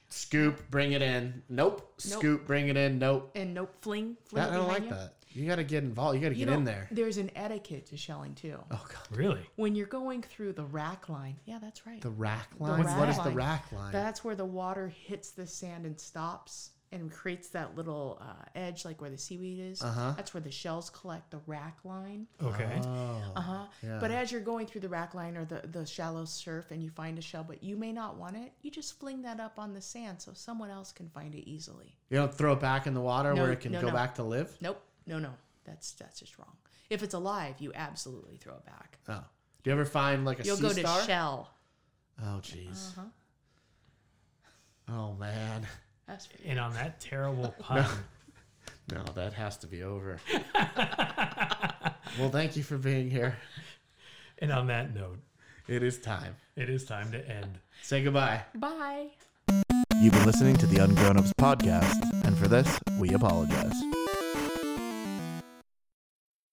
Speaker 2: scoop, bring it in. Nope. Scoop, bring it in. Nope.
Speaker 3: and nope, fling, fling.
Speaker 2: That, I don't
Speaker 3: behind
Speaker 2: like
Speaker 3: you.
Speaker 2: that. You got to get involved. You got to
Speaker 3: You
Speaker 2: get in
Speaker 3: know,
Speaker 2: there.
Speaker 3: There's an etiquette to shelling too.
Speaker 2: Oh god.
Speaker 1: Really?
Speaker 3: When you're going through the rack line, yeah, that's right.
Speaker 2: The rack line.
Speaker 3: rack
Speaker 2: what is the
Speaker 3: line.
Speaker 2: rack line?
Speaker 3: That's where the water hits the sand and stops and creates that little uh, edge, like where the seaweed is.
Speaker 2: Uh-huh.
Speaker 3: That's where the shells collect the rack line.
Speaker 1: Okay.
Speaker 2: oh.
Speaker 3: Uh huh.
Speaker 2: yeah.
Speaker 3: But as you're going through the rack line or the, the shallow surf and you find a shell, but you may not want it, you just fling that up on the sand so someone else can find it easily.
Speaker 2: you don't throw it back in the water
Speaker 3: No,
Speaker 2: where it can
Speaker 3: no,
Speaker 2: go
Speaker 3: no.
Speaker 2: back to live.
Speaker 3: Nope. No, no. That's that's just wrong. If it's alive, you absolutely throw it back.
Speaker 2: Oh. Do you ever find like a
Speaker 3: You'll
Speaker 2: sea
Speaker 3: go
Speaker 2: star?
Speaker 3: to Uh-huh. shell.
Speaker 2: oh jeez. Oh man.
Speaker 3: That's for
Speaker 1: And on that
Speaker 2: (laughs)
Speaker 1: terrible pun. (laughs)
Speaker 2: No, that has to be over. well, thank you for being here.
Speaker 1: And on that note,
Speaker 2: It is time.
Speaker 1: it is time to end.
Speaker 2: Say goodbye.
Speaker 3: Bye.
Speaker 4: You've been listening to the Ungrown Ups podcast, and for this, we apologize.